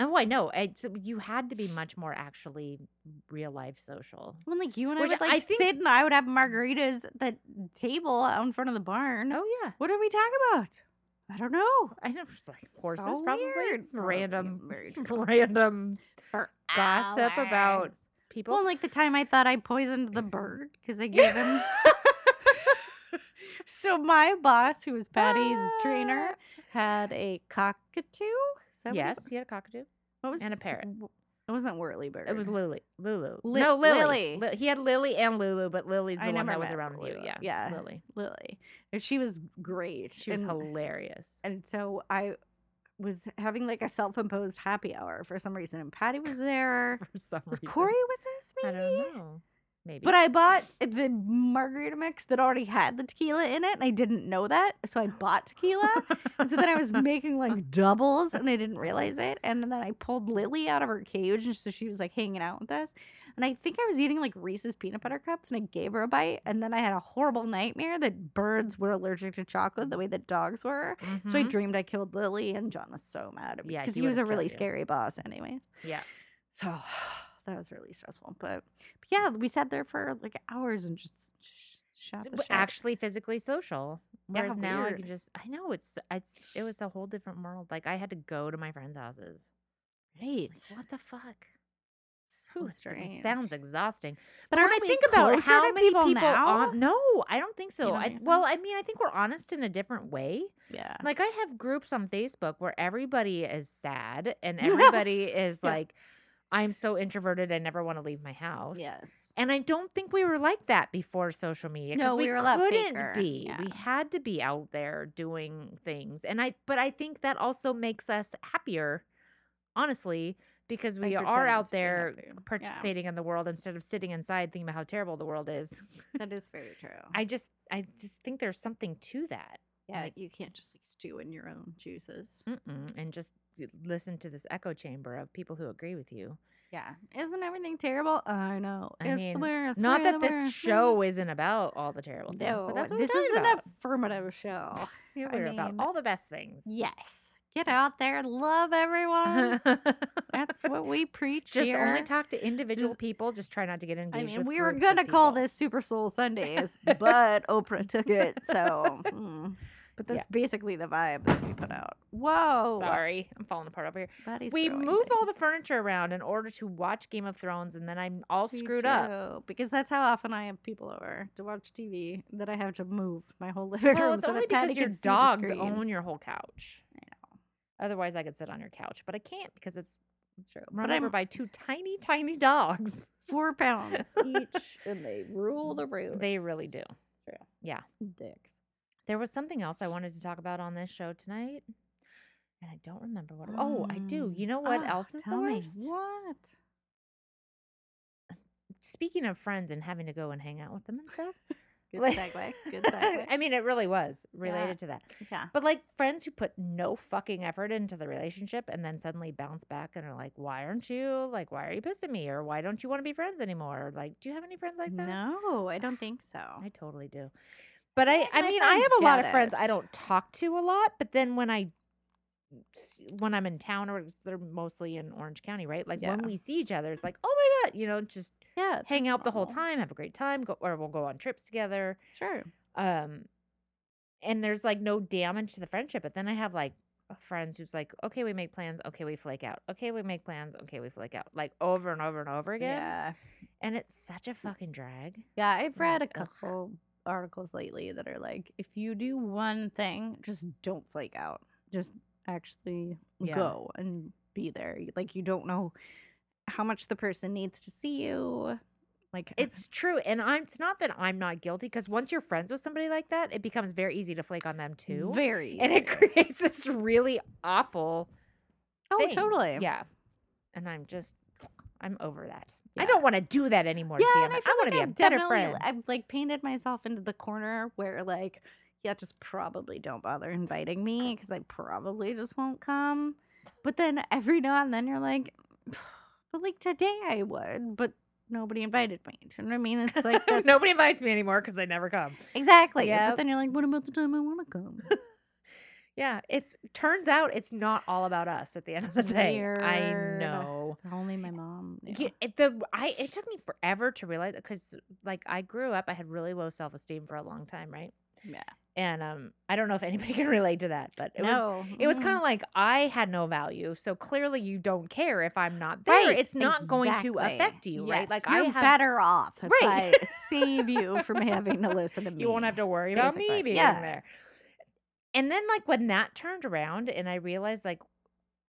[SPEAKER 3] oh, I know. I, so you had to be much more actually real life social.
[SPEAKER 2] When like you and
[SPEAKER 3] Which
[SPEAKER 2] I would
[SPEAKER 3] I
[SPEAKER 2] like
[SPEAKER 3] think-
[SPEAKER 2] Sid and I would have margaritas at the table out in front of the barn.
[SPEAKER 3] Oh, yeah.
[SPEAKER 2] What did we talk about? I don't know.
[SPEAKER 3] I know. it's Like horses,
[SPEAKER 2] So
[SPEAKER 3] probably.
[SPEAKER 2] weird. Probably,
[SPEAKER 3] Random.
[SPEAKER 2] very true.
[SPEAKER 3] Random
[SPEAKER 2] For
[SPEAKER 3] gossip about
[SPEAKER 2] hours.
[SPEAKER 3] people.
[SPEAKER 2] Well, like the time I thought I poisoned the bird because I gave him. so my boss, who was Patty's trainer, had a cockatoo. Is that what it
[SPEAKER 3] Ah, yes,
[SPEAKER 2] was?
[SPEAKER 3] he had a cockatoo.
[SPEAKER 2] What was
[SPEAKER 3] and a parrot.
[SPEAKER 2] w- It wasn't Whirly Bird.
[SPEAKER 3] It was Lily. Lulu.
[SPEAKER 2] Li-
[SPEAKER 3] no, Lily.
[SPEAKER 2] Lily.
[SPEAKER 3] Li- he had Lily and Lulu, but Lily's the
[SPEAKER 2] I
[SPEAKER 3] one
[SPEAKER 2] never
[SPEAKER 3] that was
[SPEAKER 2] met
[SPEAKER 3] around you.
[SPEAKER 2] Lulu.
[SPEAKER 3] Yeah.
[SPEAKER 2] Yeah.
[SPEAKER 3] Lily.
[SPEAKER 2] Lily. And she was great.
[SPEAKER 3] She was
[SPEAKER 2] and-
[SPEAKER 3] hilarious.
[SPEAKER 2] And so I was having like a self-imposed happy hour for some reason, and Patty was there.
[SPEAKER 3] For some
[SPEAKER 2] Was
[SPEAKER 3] reason.
[SPEAKER 2] Corey with us?
[SPEAKER 3] I
[SPEAKER 2] Maybe.
[SPEAKER 3] don't know. Maybe.
[SPEAKER 2] But I bought the margarita mix that already had the tequila in it, and I didn't know that. So I bought tequila. and so then I was making like doubles, and I didn't realize it. And then I pulled Lily out of her cage, and so she was like hanging out with us. And I think I was eating like Reese's peanut butter cups, and I gave her a bite. And then I had a horrible nightmare that birds were allergic to chocolate the way that dogs were. So I
[SPEAKER 3] Mhm.
[SPEAKER 2] dreamed I killed Lily, and John was so mad at me
[SPEAKER 3] Yeah,
[SPEAKER 2] because
[SPEAKER 3] he
[SPEAKER 2] he was
[SPEAKER 3] would've
[SPEAKER 2] a really
[SPEAKER 3] killed you.
[SPEAKER 2] scary boss, anyway.
[SPEAKER 3] Yeah.
[SPEAKER 2] So that was really stressful, but, but yeah, we sat there for like hours and just sh- shot
[SPEAKER 3] It's
[SPEAKER 2] the
[SPEAKER 3] w-
[SPEAKER 2] shit.
[SPEAKER 3] actually physically social.
[SPEAKER 2] Yeah,
[SPEAKER 3] Whereas now I
[SPEAKER 2] weird.
[SPEAKER 3] can just I know it's it's it was a whole different world. Like I had to go to my friends' houses.
[SPEAKER 2] right.
[SPEAKER 3] Like, what the fuck?
[SPEAKER 2] so
[SPEAKER 3] Ooh, it's-
[SPEAKER 2] strange.
[SPEAKER 3] It sounds exhausting.
[SPEAKER 2] but when
[SPEAKER 3] Aren't
[SPEAKER 2] I
[SPEAKER 3] we
[SPEAKER 2] think about
[SPEAKER 3] closer
[SPEAKER 2] how
[SPEAKER 3] to
[SPEAKER 2] many people, now,
[SPEAKER 3] on- no, I don't think so.
[SPEAKER 2] don't
[SPEAKER 3] I,
[SPEAKER 2] think so?
[SPEAKER 3] well, I mean, I think we're honest in a different way.
[SPEAKER 2] yeah,
[SPEAKER 3] Like I have groups on Facebook where everybody is sad and everybody is
[SPEAKER 2] Yeah.
[SPEAKER 3] like, "I'm so introverted, I never want to leave my house."
[SPEAKER 2] yes,
[SPEAKER 3] And I don't think we were like that before social media. 'cause
[SPEAKER 2] No, we were a lot
[SPEAKER 3] couldn't
[SPEAKER 2] faker,
[SPEAKER 3] be.
[SPEAKER 2] yeah.
[SPEAKER 3] We had to be out there doing things. And I but I think that also makes us happier, honestly, because we are out there participating in the world instead of sitting inside thinking about how terrible the world is.
[SPEAKER 2] That is very true.
[SPEAKER 3] I just I just think there's something to that.
[SPEAKER 2] yeah,
[SPEAKER 3] like-
[SPEAKER 2] you can't just like stew in your own juices.
[SPEAKER 3] Mm-mm. And just y- listen to this echo chamber of people who agree with you.
[SPEAKER 2] Yeah, isn't everything terrible? I know.
[SPEAKER 3] I
[SPEAKER 2] it's
[SPEAKER 3] mean,
[SPEAKER 2] the worst.
[SPEAKER 3] Not
[SPEAKER 2] we're
[SPEAKER 3] that
[SPEAKER 2] the
[SPEAKER 3] this
[SPEAKER 2] worst.
[SPEAKER 3] show isn't about all the terrible things,
[SPEAKER 2] No,
[SPEAKER 3] but that's what
[SPEAKER 2] this
[SPEAKER 3] we're
[SPEAKER 2] is
[SPEAKER 3] talking
[SPEAKER 2] an
[SPEAKER 3] about.
[SPEAKER 2] affirmative show.
[SPEAKER 3] Yeah,
[SPEAKER 2] I
[SPEAKER 3] We're about
[SPEAKER 2] mean,
[SPEAKER 3] all the best things.
[SPEAKER 2] Yes. Get out there, love everyone. That's what we preach
[SPEAKER 3] just
[SPEAKER 2] here.
[SPEAKER 3] only talk to individual
[SPEAKER 2] Just-
[SPEAKER 3] people. Just try not to get engaged.
[SPEAKER 2] I mean,
[SPEAKER 3] with
[SPEAKER 2] we were
[SPEAKER 3] groups of
[SPEAKER 2] gonna call
[SPEAKER 3] people.
[SPEAKER 2] this Super Soul Sundays, but Oprah took it. So, mm. but
[SPEAKER 3] Yeah.
[SPEAKER 2] that's basically the vibe that we put out. Whoa,
[SPEAKER 3] Sorry, I'm falling apart over here.
[SPEAKER 2] Buddy's
[SPEAKER 3] we
[SPEAKER 2] throwing
[SPEAKER 3] move all the
[SPEAKER 2] things.
[SPEAKER 3] furniture around in order to watch Game of Thrones, and then I'm all
[SPEAKER 2] We
[SPEAKER 3] screwed up.
[SPEAKER 2] do, because that's how often I have people over to watch TV that I have to move my whole living
[SPEAKER 3] Well,
[SPEAKER 2] room
[SPEAKER 3] it's
[SPEAKER 2] so
[SPEAKER 3] only
[SPEAKER 2] that Patty
[SPEAKER 3] because your
[SPEAKER 2] can see the
[SPEAKER 3] dogs
[SPEAKER 2] screen.
[SPEAKER 3] own your whole couch.
[SPEAKER 2] I
[SPEAKER 3] Otherwise, I could sit on your couch, but I can't because it's
[SPEAKER 2] It's true.
[SPEAKER 3] run
[SPEAKER 2] But
[SPEAKER 3] over
[SPEAKER 2] I'm
[SPEAKER 3] by two tiny, tiny dogs.
[SPEAKER 2] four pounds each, and they rule the roost.
[SPEAKER 3] They really do.
[SPEAKER 2] True.
[SPEAKER 3] Yeah.
[SPEAKER 2] dicks.
[SPEAKER 3] There was something else I wanted to talk about on this show tonight, and I don't remember what. it- Oh, I do.
[SPEAKER 2] Mm.
[SPEAKER 3] You know what
[SPEAKER 2] Oh,
[SPEAKER 3] else is the
[SPEAKER 2] tell me,
[SPEAKER 3] worst?
[SPEAKER 2] What?
[SPEAKER 3] Speaking of friends and having to go and hang out with them and stuff,
[SPEAKER 2] Good
[SPEAKER 3] Like-
[SPEAKER 2] segue. Good segue.
[SPEAKER 3] I mean, it really was related to that.
[SPEAKER 2] yeah.
[SPEAKER 3] But like friends who put no fucking effort into the relationship and then suddenly bounce back and are like, why aren't you, like, why are you pissed at me? Or why don't you want to be friends anymore? Or, like, do you have any friends like that?
[SPEAKER 2] No, I don't think so.
[SPEAKER 3] I totally do. But I,
[SPEAKER 2] think
[SPEAKER 3] I
[SPEAKER 2] my
[SPEAKER 3] mean, I
[SPEAKER 2] friends
[SPEAKER 3] have a lot
[SPEAKER 2] get
[SPEAKER 3] of friends I
[SPEAKER 2] it.
[SPEAKER 3] don't talk to a lot, but then when I, s- when I'm in town or it's- they're mostly in Orange County, right? Like
[SPEAKER 2] Yeah.
[SPEAKER 3] when we see each other, it's like, oh my God, you know, just
[SPEAKER 2] yeah.
[SPEAKER 3] hang
[SPEAKER 2] that's
[SPEAKER 3] out the whole
[SPEAKER 2] normal.
[SPEAKER 3] time, have a great time, go, or we'll go on trips together.
[SPEAKER 2] Sure.
[SPEAKER 3] um and there's like no damage to the friendship but then i have like friends who's like okay we make plans okay we flake out okay we make plans okay we flake out like over and over and over again
[SPEAKER 2] Yeah.
[SPEAKER 3] and it's such a fucking drag
[SPEAKER 2] Yeah. I've read a
[SPEAKER 3] Like, ugh.
[SPEAKER 2] couple articles lately that are like, if you do one thing, just don't flake out. Just actually
[SPEAKER 3] Yeah.
[SPEAKER 2] go and be there. You- Like you don't know how much the person needs to see you. Like
[SPEAKER 3] it's true and i'm it's not that i'm not guilty because once you're friends with somebody like that it becomes very easy to flake on them too
[SPEAKER 2] very
[SPEAKER 3] and it
[SPEAKER 2] easy.
[SPEAKER 3] creates this really awful
[SPEAKER 2] oh
[SPEAKER 3] thing.
[SPEAKER 2] totally
[SPEAKER 3] yeah and i'm just i'm over that i
[SPEAKER 2] Yeah.
[SPEAKER 3] don't want to do that anymore
[SPEAKER 2] yeah,
[SPEAKER 3] damn
[SPEAKER 2] and
[SPEAKER 3] it.
[SPEAKER 2] I,
[SPEAKER 3] i,
[SPEAKER 2] feel
[SPEAKER 3] want
[SPEAKER 2] like
[SPEAKER 3] to be a
[SPEAKER 2] I've
[SPEAKER 3] better
[SPEAKER 2] definitely-
[SPEAKER 3] friend
[SPEAKER 2] I've like painted myself into the corner where like, yeah, just probably don't bother inviting me because I probably just won't come. But then every now and then you're like, but like today I would, but nobody invited me. Do you know what I mean? It's like this.
[SPEAKER 3] Nobody invites me anymore because I never come.
[SPEAKER 2] exactly.
[SPEAKER 3] Yep.
[SPEAKER 2] But then you're like, what about the time I want to come?
[SPEAKER 3] Yeah, it's turns out it's not all about us at the end of the day. I
[SPEAKER 2] Weird.
[SPEAKER 3] know.
[SPEAKER 2] If Only my mom. knew.
[SPEAKER 3] Yeah, it, the I it took me forever to realize because like I grew up, I had really low self esteem for a long time, right?
[SPEAKER 2] Yeah.
[SPEAKER 3] And um, I don't know if anybody can relate to that, but it was
[SPEAKER 2] no,
[SPEAKER 3] it was
[SPEAKER 2] mm.
[SPEAKER 3] kind of like I had no value, so clearly you don't care if I'm not there.
[SPEAKER 2] Right,
[SPEAKER 3] It's not going to
[SPEAKER 2] exactly.
[SPEAKER 3] affect you, right?
[SPEAKER 2] Yes,
[SPEAKER 3] Like
[SPEAKER 2] you're
[SPEAKER 3] I have,
[SPEAKER 2] better off if
[SPEAKER 3] Right.
[SPEAKER 2] I save you from having to listen to me.
[SPEAKER 3] You won't have to worry about me
[SPEAKER 2] basically.
[SPEAKER 3] being
[SPEAKER 2] Yeah.
[SPEAKER 3] there. And then like when that turned around and I realized like,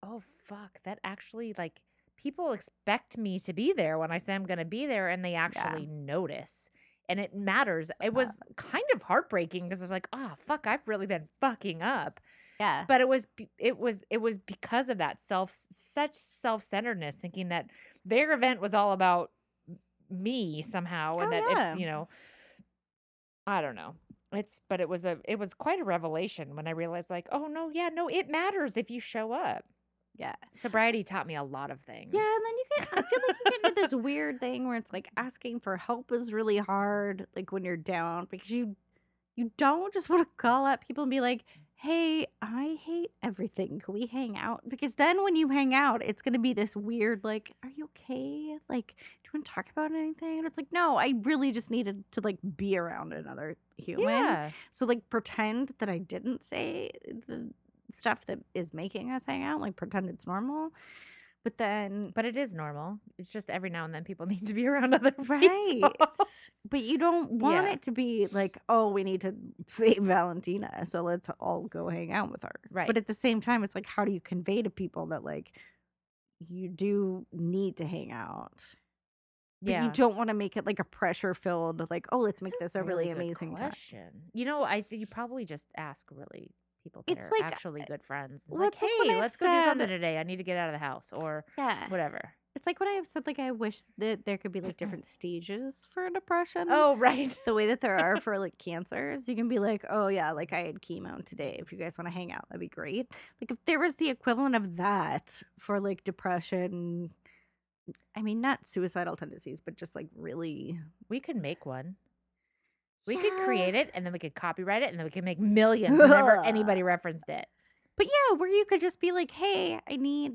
[SPEAKER 3] oh fuck, that actually like people expect me to be there when I say I'm gonna be there and they actually notice. And it matters. It was kind of heartbreaking because I was like, oh fuck, I've really been fucking up.
[SPEAKER 2] Yeah.
[SPEAKER 3] But it was be- it was it was because of that self such self centeredness, thinking that their event was all about me somehow, and
[SPEAKER 2] Oh,
[SPEAKER 3] that
[SPEAKER 2] yeah.
[SPEAKER 3] it, you know, I don't know. It's but it was a it was quite a revelation when I realized like, oh no, yeah, no, it matters if you show up.
[SPEAKER 2] Yeah.
[SPEAKER 3] Sobriety taught me a lot of things.
[SPEAKER 2] Yeah, and then you get I feel like you get into this weird thing where it's like asking for help is really hard, like when you're down, because you you don't just want to call up people and be like, Hey, I hate everything. Can we hang out? Because then when you hang out, it's gonna be this weird, like, are you okay? Like, do you wanna talk about anything? And it's like, no, I really just needed to like be around another human.
[SPEAKER 3] yeah,
[SPEAKER 2] So like pretend that I didn't say the stuff that is making us hang out, like pretend it's normal. But then
[SPEAKER 3] but it is normal. It's just every now and then people need to be around other
[SPEAKER 2] Right.
[SPEAKER 3] people.
[SPEAKER 2] but you don't want
[SPEAKER 3] Yeah.
[SPEAKER 2] it to be like, oh, we need to save Valentina, so let's all go hang out with her.
[SPEAKER 3] Right.
[SPEAKER 2] But at the same time, it's like, how do you convey to people that like you do need to hang out? But
[SPEAKER 3] yeah.
[SPEAKER 2] you don't want to make it like a pressure filled, like, oh, let's make
[SPEAKER 3] That's
[SPEAKER 2] this a really,
[SPEAKER 3] good
[SPEAKER 2] amazing time.
[SPEAKER 3] question. You know, I think you probably just ask really people that
[SPEAKER 2] It's
[SPEAKER 3] are
[SPEAKER 2] like,
[SPEAKER 3] actually good friends.
[SPEAKER 2] well,
[SPEAKER 3] like,
[SPEAKER 2] it's like when
[SPEAKER 3] hey,
[SPEAKER 2] I've
[SPEAKER 3] let's go do something
[SPEAKER 2] said-
[SPEAKER 3] today. I need to get out of the house or
[SPEAKER 2] Yeah.
[SPEAKER 3] whatever.
[SPEAKER 2] It's like when I have said like I wish that there could be like different stages for depression.
[SPEAKER 3] Oh, right.
[SPEAKER 2] the way that there are for like cancers, you can be like, oh yeah, like I had chemo today. If you guys want to hang out, that'd be great. Like if there was the equivalent of that for like depression, I mean not suicidal tendencies, but just like really
[SPEAKER 3] We could make one. We could
[SPEAKER 2] Yeah.
[SPEAKER 3] create it and then we could copyright it and then we could make millions whenever anybody referenced it.
[SPEAKER 2] But yeah, where you could just be like, hey, I need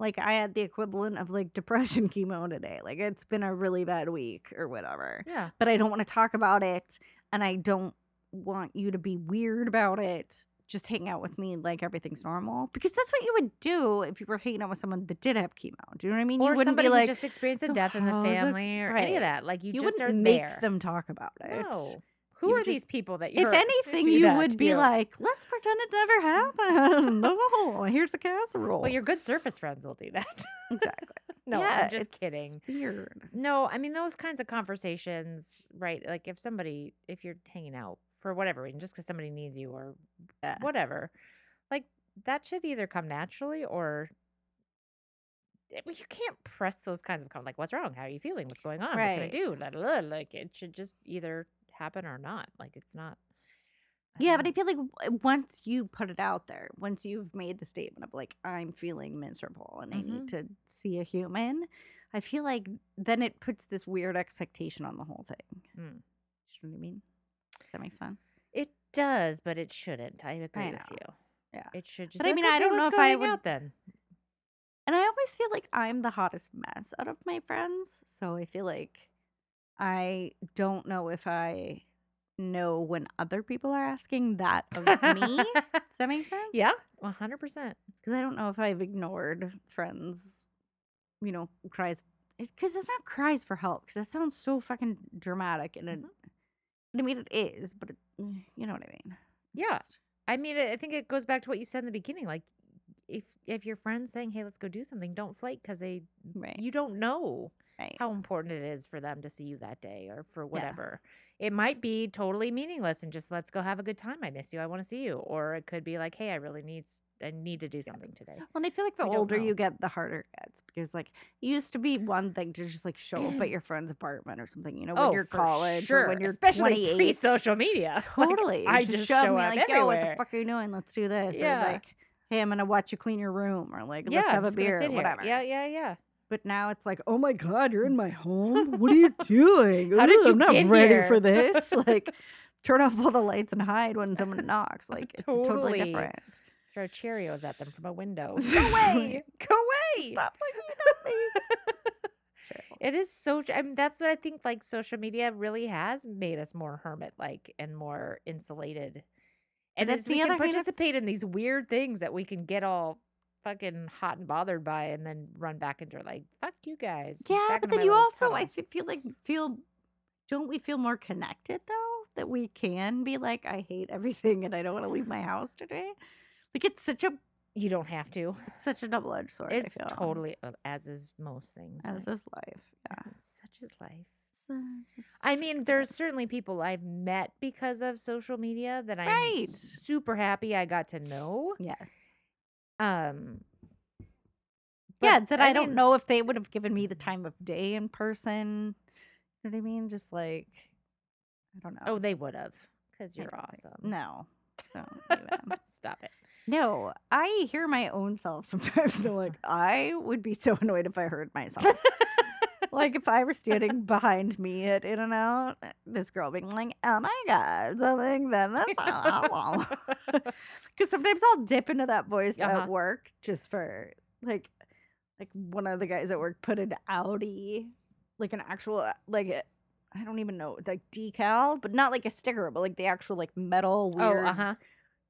[SPEAKER 2] like I had the equivalent of like depression chemo today. Like it's been a really bad week or whatever.
[SPEAKER 3] Yeah.
[SPEAKER 2] but I don't want to talk about it and I don't want you to be weird about it. Just hang out with me like everything's normal because that's what you would do if you were hanging out with someone that did have chemo. Do you know what I mean?
[SPEAKER 3] Or
[SPEAKER 2] you wouldn't
[SPEAKER 3] somebody
[SPEAKER 2] be like
[SPEAKER 3] who just experienced a
[SPEAKER 2] "So
[SPEAKER 3] death in the
[SPEAKER 2] how's the-"
[SPEAKER 3] family or any
[SPEAKER 2] Right.
[SPEAKER 3] of that. Like you,
[SPEAKER 2] you
[SPEAKER 3] just are
[SPEAKER 2] wouldn't make
[SPEAKER 3] there.
[SPEAKER 2] them talk about it.
[SPEAKER 3] No. Who
[SPEAKER 2] You
[SPEAKER 3] are
[SPEAKER 2] just-
[SPEAKER 3] these people that you're
[SPEAKER 2] If anything,
[SPEAKER 3] do
[SPEAKER 2] you
[SPEAKER 3] that
[SPEAKER 2] would be
[SPEAKER 3] to?
[SPEAKER 2] like, let's pretend it never happened. no, here's a casserole.
[SPEAKER 3] Well, your good surface friends will do that.
[SPEAKER 2] exactly.
[SPEAKER 3] no,
[SPEAKER 2] yeah,
[SPEAKER 3] I'm just
[SPEAKER 2] it's
[SPEAKER 3] kidding.
[SPEAKER 2] Weird.
[SPEAKER 3] No, I mean those kinds of conversations, right? Like if somebody, if you're hanging out for whatever reason, just because somebody needs you or
[SPEAKER 2] Yeah.
[SPEAKER 3] whatever, like that should either come naturally or Eh, well, you can't press those kinds of com- like, what's wrong? How are you feeling? What's going on? What can I
[SPEAKER 2] Right.
[SPEAKER 3] do? La, la, la. Like it should just either happen or not. Like it's not. I
[SPEAKER 2] Yeah,
[SPEAKER 3] don't
[SPEAKER 2] but
[SPEAKER 3] know.
[SPEAKER 2] I feel like w- eh, once you put it out there, once you've made the statement of like I'm feeling miserable and I
[SPEAKER 3] Mhm.
[SPEAKER 2] need to see a human, I feel like then it puts this weird expectation on the whole thing.
[SPEAKER 3] Mm.
[SPEAKER 2] You know what I mean? Does that makes sense.
[SPEAKER 3] It does, but it shouldn't. I agree with
[SPEAKER 2] know.
[SPEAKER 3] you.
[SPEAKER 2] Yeah.
[SPEAKER 3] It should just
[SPEAKER 2] But I
[SPEAKER 3] like,
[SPEAKER 2] mean, I
[SPEAKER 3] "Okay,
[SPEAKER 2] don't know
[SPEAKER 3] let's
[SPEAKER 2] if
[SPEAKER 3] go
[SPEAKER 2] I
[SPEAKER 3] hang
[SPEAKER 2] would-
[SPEAKER 3] out then.
[SPEAKER 2] And I always feel like I'm the hottest mess out of my friends, so I feel like I don't know if I know when other people are asking that of me. Does that make sense?
[SPEAKER 3] yeah. 100%.
[SPEAKER 2] because I don't know if I've ignored friends, you know, cries. Because it's not cries for help, because that sounds so fucking dramatic. And it,
[SPEAKER 3] Mhm.
[SPEAKER 2] I mean, it is, but it, eh, you know what I mean. It's
[SPEAKER 3] Yeah.
[SPEAKER 2] just-
[SPEAKER 3] I mean, I I think it goes back to what you said in the beginning. Like, if if your friend's saying, "Hey, let's go do something," don't flake because they
[SPEAKER 2] right.
[SPEAKER 3] you don't know
[SPEAKER 2] right.
[SPEAKER 3] how important it is for them to see you that day or for whatever. It might be totally meaningless and just let's go have a good time. I miss you. I want to see you. Or it could be like, "Hey, I really need s- I need to do something today."
[SPEAKER 2] well, and I feel like the
[SPEAKER 3] I don't
[SPEAKER 2] older
[SPEAKER 3] know.
[SPEAKER 2] you get, the harder it gets. Because, like, it used to be one thing to just, like, show up at your friend's apartment or something, you know, when you're
[SPEAKER 3] Oh, for
[SPEAKER 2] college or when you're
[SPEAKER 3] especially
[SPEAKER 2] 28.
[SPEAKER 3] pre-social media. Like,
[SPEAKER 2] Totally.
[SPEAKER 3] I just
[SPEAKER 2] show
[SPEAKER 3] show
[SPEAKER 2] me,
[SPEAKER 3] up
[SPEAKER 2] like, yo, what the
[SPEAKER 3] everywhere.
[SPEAKER 2] fuck are you doing? Let's do this.
[SPEAKER 3] Yeah.
[SPEAKER 2] Or, like, hey, I'm going to watch you clean your room. Or, like,
[SPEAKER 3] yeah,
[SPEAKER 2] let's
[SPEAKER 3] I'm
[SPEAKER 2] have a
[SPEAKER 3] just gonna
[SPEAKER 2] beer.
[SPEAKER 3] sit
[SPEAKER 2] Or
[SPEAKER 3] here.
[SPEAKER 2] whatever.
[SPEAKER 3] Yeah, yeah, yeah.
[SPEAKER 2] But now it's like, oh my God, you're in my home. What are you doing?
[SPEAKER 3] How did
[SPEAKER 2] Ugh,
[SPEAKER 3] you
[SPEAKER 2] I'm not
[SPEAKER 3] get
[SPEAKER 2] ready
[SPEAKER 3] here?"
[SPEAKER 2] for this. Like, turn off all the lights and hide when someone knocks. Like, it's totally,
[SPEAKER 3] Totally.
[SPEAKER 2] different.
[SPEAKER 3] Throw Cheerios at them from a window. Go
[SPEAKER 2] Right.
[SPEAKER 3] away! Go away!
[SPEAKER 2] Stop looking at me.
[SPEAKER 3] It is so. tr- I mean, that's what I think. Like social media really has made us more hermit like and more insulated. And
[SPEAKER 2] at
[SPEAKER 3] as we
[SPEAKER 2] the
[SPEAKER 3] can
[SPEAKER 2] other hand, it's-
[SPEAKER 3] participate in these weird things that we can get all fucking hot and bothered by, and then run back into like fuck you guys.
[SPEAKER 2] yeah,
[SPEAKER 3] back
[SPEAKER 2] but
[SPEAKER 3] into
[SPEAKER 2] then
[SPEAKER 3] my
[SPEAKER 2] you
[SPEAKER 3] little
[SPEAKER 2] also, I
[SPEAKER 3] tunnel."
[SPEAKER 2] fe- feel like, feel, don't we feel more connected though? That we can be like, I hate everything and I don't want to leave my house today. Like, it's such a,
[SPEAKER 3] you don't have to.
[SPEAKER 2] it's such a double edged sword. I
[SPEAKER 3] It's
[SPEAKER 2] feel,
[SPEAKER 3] totally uh, as is most things.
[SPEAKER 2] As
[SPEAKER 3] right?
[SPEAKER 2] is life. Yeah.
[SPEAKER 3] such is life.
[SPEAKER 2] So, uh, just-
[SPEAKER 3] I mean, there's certainly people I've met because of social media that I'm
[SPEAKER 2] Right.
[SPEAKER 3] super happy I got to know.
[SPEAKER 2] yes.
[SPEAKER 3] Um,
[SPEAKER 2] yeah,
[SPEAKER 3] but
[SPEAKER 2] that I, don't
[SPEAKER 3] mean,
[SPEAKER 2] know if they would have given me the time of day in person. You know what I mean? Just like I don't know.
[SPEAKER 3] Oh, they would have, because
[SPEAKER 2] I
[SPEAKER 3] you're
[SPEAKER 2] don't think so.
[SPEAKER 3] awesome.
[SPEAKER 2] No. Don't even.
[SPEAKER 3] Stop it.
[SPEAKER 2] no, I hear my own self sometimes and I'm like, I would be so annoyed if I heard myself. like if I were standing behind me at In and Out, this girl being like, Oh my god, something then
[SPEAKER 3] Uh,
[SPEAKER 2] because sometimes I'll dip into that voice
[SPEAKER 3] Uh-huh.
[SPEAKER 2] at work just for like like one of the guys at work put an Audi like an actual uh, like a- I don't even know like decal but not like a sticker but like the actual like metal weird
[SPEAKER 3] oh, uh huh.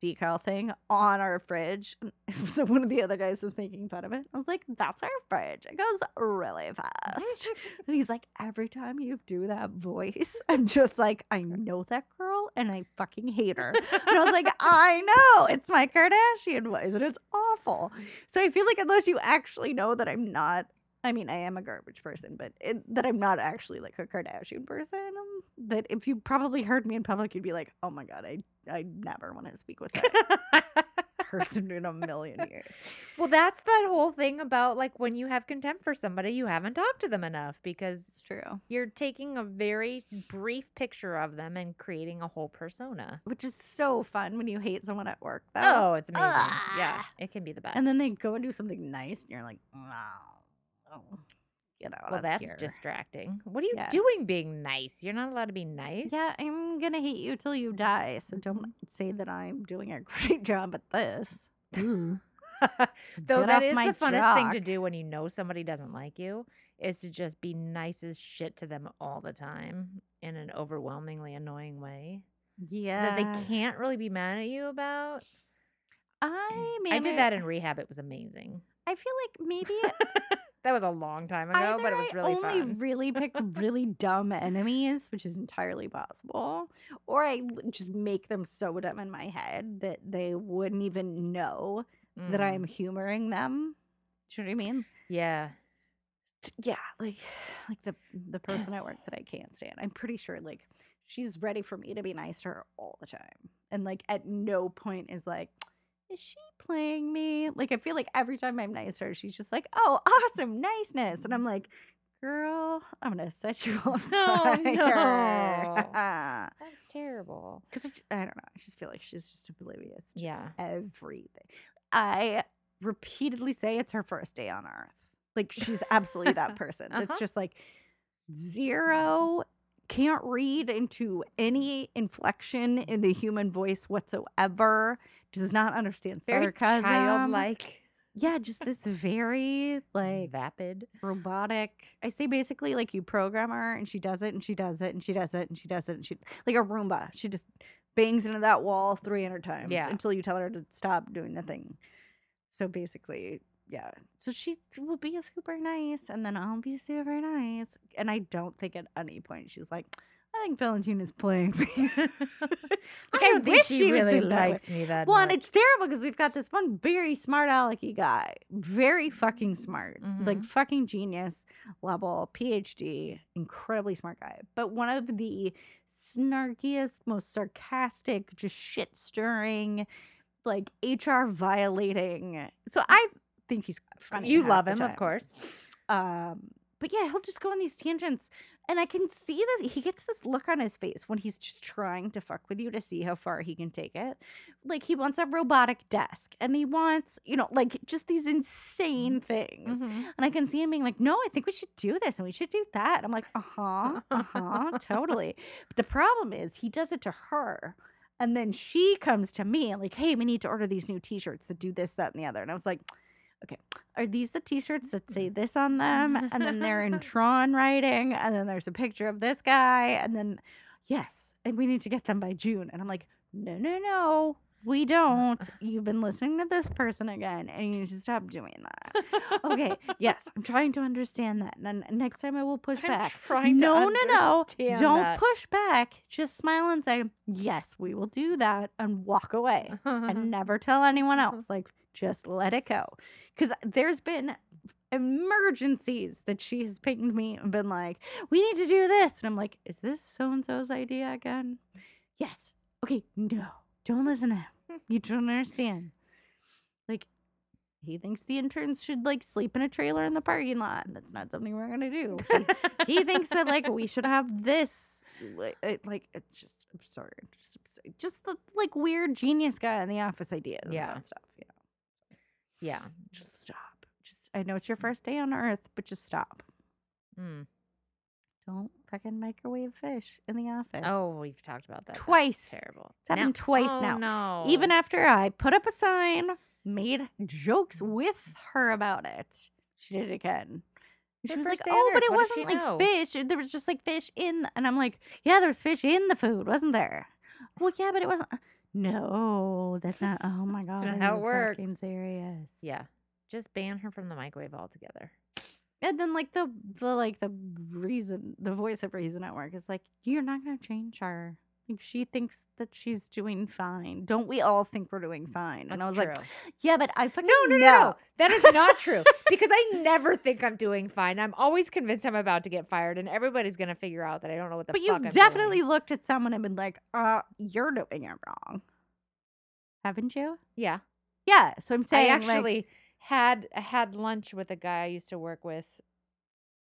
[SPEAKER 2] decal thing on our fridge so one of the other guys was making fun of it I was like that's our fridge it goes really fast and he's like every time you do that voice I'm just like I know that girl and I fucking hate her and I was like, I know it's my Kardashian voice, and it's awful. So I feel like unless you actually know that I'm not, I mean, I am a garbage person, but it, that I'm not actually like a Kardashian person, um, that if you probably heard me in public, you'd be like, oh my god, I I never want to speak with that person in a million years.
[SPEAKER 3] well, that's that whole thing about like when you have contempt for somebody, you haven't talked to them enough because
[SPEAKER 2] true.
[SPEAKER 3] you're taking a very brief picture of them and creating a whole persona.
[SPEAKER 2] Which is so fun when you hate someone at work, though.
[SPEAKER 3] Oh, it's amazing. Yeah,
[SPEAKER 2] Ah.
[SPEAKER 3] it can be the best.
[SPEAKER 2] And then they go and do something nice, and you're like, wow, oh, get out
[SPEAKER 3] well,
[SPEAKER 2] of
[SPEAKER 3] that's
[SPEAKER 2] here.
[SPEAKER 3] distracting. What are you
[SPEAKER 2] Yeah.
[SPEAKER 3] doing being nice? You're not allowed to be nice. Mm-hmm.
[SPEAKER 2] Yeah, I'm gonna hate you till you die. So don't say that I'm doing a great job at this.
[SPEAKER 3] Though
[SPEAKER 2] Get
[SPEAKER 3] that
[SPEAKER 2] off
[SPEAKER 3] is
[SPEAKER 2] my
[SPEAKER 3] the funnest thing to
[SPEAKER 2] jock.
[SPEAKER 3] do when you know somebody doesn't like you is to just be nice as shit to them all the time in an overwhelmingly annoying way
[SPEAKER 2] Yeah,
[SPEAKER 3] that they can't really be mad at you about.
[SPEAKER 2] I mean,
[SPEAKER 3] I did that in rehab. It was amazing.
[SPEAKER 2] I feel like maybe
[SPEAKER 3] That was a long time ago,
[SPEAKER 2] either
[SPEAKER 3] but it was really
[SPEAKER 2] I only
[SPEAKER 3] fun.
[SPEAKER 2] really pick really dumb enemies, which is entirely possible, or I l- just make them so dumb in my head that they wouldn't even know that
[SPEAKER 3] Mm,
[SPEAKER 2] I'm humoring them. Do you know what I mean?
[SPEAKER 3] Yeah.
[SPEAKER 2] t- yeah, like like the the person at work that I can't stand. I'm pretty sure like she's ready for me to be nice to her all the time. And like at no point is like is she playing me? Like I feel like every time I'm nice to her, she's just like, "Oh, awesome niceness." And I'm like, girl, I'm gonna set you on
[SPEAKER 3] No,
[SPEAKER 2] fire.
[SPEAKER 3] no. That's terrible.
[SPEAKER 2] Because I don't know, I just feel like she's just oblivious to
[SPEAKER 3] Yeah.
[SPEAKER 2] everything. I repeatedly say it's her first day on Earth. Like she's absolutely that person. It's
[SPEAKER 3] Uh-huh.
[SPEAKER 2] just like zero can't read into any inflection in the human voice whatsoever. Does not understand
[SPEAKER 3] Very
[SPEAKER 2] sarcasm.
[SPEAKER 3] childlike.
[SPEAKER 2] Yeah, just this very like
[SPEAKER 3] vapid.
[SPEAKER 2] robotic. I say basically like you program her and she does it and she does it and she does it and she does it and she like a Roomba. She just bangs into that wall 300 times
[SPEAKER 3] Yeah.
[SPEAKER 2] until you tell her to stop doing the thing. So basically, yeah. So she will be super nice and then I'll be super nice. And I don't think at any point she's like, I think Valentina is playing me. like,
[SPEAKER 3] I,
[SPEAKER 2] I
[SPEAKER 3] don't
[SPEAKER 2] wish
[SPEAKER 3] think
[SPEAKER 2] she
[SPEAKER 3] she
[SPEAKER 2] would
[SPEAKER 3] really
[SPEAKER 2] think that way.
[SPEAKER 3] likes me that
[SPEAKER 2] Well, and
[SPEAKER 3] much.
[SPEAKER 2] it's terrible because we've got this one very smart alecky guy, very
[SPEAKER 3] Mm-hmm.
[SPEAKER 2] fucking smart, like fucking genius level, PhD, incredibly smart guy, but one of the snarkiest, most sarcastic, just shit stirring, like HR violating. So I think he's funny.
[SPEAKER 3] you
[SPEAKER 2] half
[SPEAKER 3] love
[SPEAKER 2] the
[SPEAKER 3] him,
[SPEAKER 2] time.
[SPEAKER 3] of course.
[SPEAKER 2] Um, but yeah, he'll just go on these tangents. And I can see this. He gets this look on his face when he's just trying to fuck with you to see how far he can take it. Like, he wants a robotic desk and he wants, you know, like just these insane things. And I can see him being like, no, I think we should do this and we should do that. I'm like, uh huh, uh huh, totally. But the problem is, he does it to her. And then she comes to me and, like, hey, we need to order these new t shirts that do this, that, and the other. And I was like, okay, are these the t shirts that say this on them? And then they're in Tron writing. And then there's a picture of this guy. And then, yes, and we need to get them by June. And I'm like, no, no, no. We don't. You've been listening to this person again, and you need to stop doing that
[SPEAKER 3] Mm-hmm.
[SPEAKER 2] okay, yes, I'm trying to understand that. And then next time I will push
[SPEAKER 3] I'm
[SPEAKER 2] back.
[SPEAKER 3] trying to
[SPEAKER 2] no, no, no.
[SPEAKER 3] understand
[SPEAKER 2] Don't
[SPEAKER 3] that.
[SPEAKER 2] push back. Just smile and say, yes, we will do that and walk away and never tell anyone else. Like, just let it go. Because there's been emergencies that she has pinged me and been like, we need to do this. And I'm like, is this so and so's idea again? Yes. Okay, no, don't listen to him. You don't understand. Like, he thinks the interns should like sleep in a trailer in the parking lot. That's not something we're gonna do. And he thinks that like we should have this. Like, it, like it's just I'm sorry, I'm just obs- just the like weird genius guy in the office ideas
[SPEAKER 3] Yeah.
[SPEAKER 2] about stuff. You know,
[SPEAKER 3] yeah.
[SPEAKER 2] just stop. Just I know it's your first day on Earth, but just stop.
[SPEAKER 3] Mm.
[SPEAKER 2] Don't fucking microwave fish in the office.
[SPEAKER 3] Oh, we've talked about that. That's
[SPEAKER 2] Twice.
[SPEAKER 3] terrible. oh,
[SPEAKER 2] It's happened twice now.
[SPEAKER 3] No.
[SPEAKER 2] even after I put up a sign, made jokes with her about it, she did it again. And She
[SPEAKER 3] Her
[SPEAKER 2] was like,
[SPEAKER 3] first day on
[SPEAKER 2] "Oh, but
[SPEAKER 3] Earth,
[SPEAKER 2] it
[SPEAKER 3] what does she
[SPEAKER 2] wasn't like
[SPEAKER 3] know?"
[SPEAKER 2] fish. There was just like fish in." the-" And I'm like, "Yeah, there was fish in the food, wasn't there?" Well, yeah, but it wasn't. No, that's not. Oh my god,
[SPEAKER 3] not
[SPEAKER 2] are
[SPEAKER 3] how
[SPEAKER 2] you
[SPEAKER 3] it
[SPEAKER 2] fucking
[SPEAKER 3] works.
[SPEAKER 2] Serious.
[SPEAKER 3] yeah. Just ban her from the microwave altogether.
[SPEAKER 2] And then like the the like the reason the voice of reason at work is like, you're not gonna change her. Like she thinks that she's doing fine. Don't we all think we're doing fine? And I was
[SPEAKER 3] That's
[SPEAKER 2] like,
[SPEAKER 3] true.
[SPEAKER 2] yeah, but I fucking
[SPEAKER 3] No, no, no,
[SPEAKER 2] know."
[SPEAKER 3] no. That is not true because I never think I'm doing fine. I'm always convinced I'm about to get fired, and everybody's gonna figure out that I don't know what the.
[SPEAKER 2] But
[SPEAKER 3] fuck I'm
[SPEAKER 2] you've definitely looked at someone and been like, uh, you're doing it wrong. Haven't you?
[SPEAKER 3] doing. yeah.
[SPEAKER 2] Yeah. So I'm saying,
[SPEAKER 3] I
[SPEAKER 2] like-
[SPEAKER 3] actually had I had lunch with a guy I used to work with,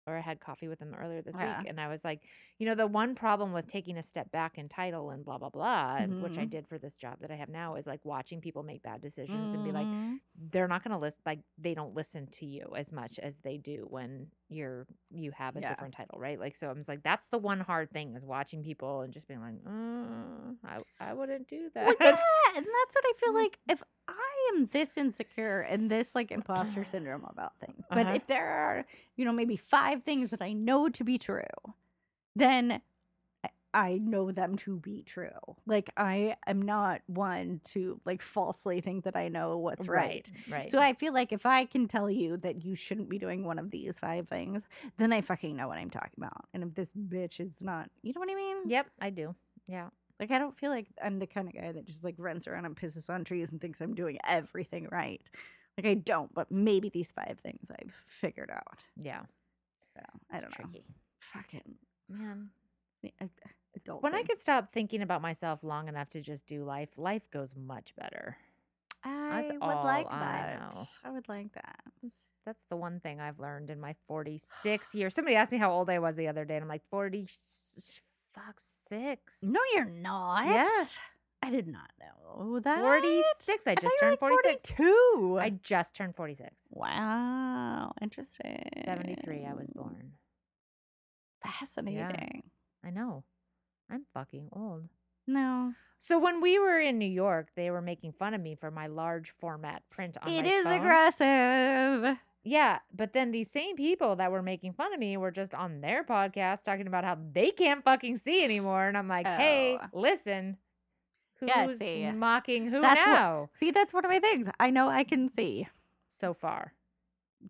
[SPEAKER 3] or I had coffee with him earlier this
[SPEAKER 2] Yeah.
[SPEAKER 3] week, and I was like, you know, the one problem with taking a step back in title and blah blah blah, and which I
[SPEAKER 2] Mhm.
[SPEAKER 3] did for this job that I have now, is like watching people make bad decisions and be like,
[SPEAKER 2] "Mhm."
[SPEAKER 3] they're not going to listen like they don't listen to you as much as they do when you're you have a
[SPEAKER 2] Yeah.
[SPEAKER 3] different title right like so i'm just like that's the one hard thing is watching people and just being like uh, I, I wouldn't do
[SPEAKER 2] Well,
[SPEAKER 3] that
[SPEAKER 2] yeah. And that's what I feel
[SPEAKER 3] Mm.
[SPEAKER 2] like. If I am this insecure and this like imposter syndrome about things, but
[SPEAKER 3] Uh-huh.
[SPEAKER 2] if there are, you know, maybe five things that I know to be true, then I- I know them to be true. Like I am not one to like falsely think that I know what's right.
[SPEAKER 3] right
[SPEAKER 2] So I feel like if I can tell you that you shouldn't be doing one of these five things, then I fucking know what I'm talking about. And if this bitch is not, you know what I mean?
[SPEAKER 3] yep i do yeah
[SPEAKER 2] Like I don't feel like I'm the kind of guy that just like runs around and pisses on trees and thinks I'm doing everything right. Like I don't, but maybe these five things I've figured out.
[SPEAKER 3] yeah
[SPEAKER 2] So I
[SPEAKER 3] it's
[SPEAKER 2] don't know.
[SPEAKER 3] tricky
[SPEAKER 2] Fucking eh,
[SPEAKER 3] man
[SPEAKER 2] a- a- adult.
[SPEAKER 3] when i
[SPEAKER 2] thing.
[SPEAKER 3] could stop thinking about myself long enough to just do life life goes much better
[SPEAKER 2] I would
[SPEAKER 3] all
[SPEAKER 2] like
[SPEAKER 3] I
[SPEAKER 2] that.
[SPEAKER 3] know.
[SPEAKER 2] I would like that.
[SPEAKER 3] That's- That's the one thing I've learned in my 46 years. Somebody asked me how old I was the other day, and I'm like, 40, fuck, six.
[SPEAKER 2] No, uh you're not.
[SPEAKER 3] Yes.
[SPEAKER 2] I did not know that.
[SPEAKER 3] 46. I
[SPEAKER 2] thought
[SPEAKER 3] just
[SPEAKER 2] you were,
[SPEAKER 3] turned
[SPEAKER 2] like,
[SPEAKER 3] 46.
[SPEAKER 2] 42.
[SPEAKER 3] I just turned 46.
[SPEAKER 2] Wow, interesting.
[SPEAKER 3] 73, I
[SPEAKER 2] Eh.
[SPEAKER 3] was born.
[SPEAKER 2] Fascinating.
[SPEAKER 3] I know. I'm fucking old.
[SPEAKER 2] No,
[SPEAKER 3] So when we were in New York, they were making fun of me for my large format print on
[SPEAKER 2] it
[SPEAKER 3] my
[SPEAKER 2] is
[SPEAKER 3] phone.
[SPEAKER 2] aggressive.
[SPEAKER 3] Yeah, but then these same people that were making fun of me were just on their podcast talking about how they can't fucking see anymore, and I'm like, hey,
[SPEAKER 2] Oh.
[SPEAKER 3] listen, who's
[SPEAKER 2] Yeah, see,
[SPEAKER 3] mocking who
[SPEAKER 2] that's what-
[SPEAKER 3] now?
[SPEAKER 2] See, that's one of my things. I know I can see.
[SPEAKER 3] So far,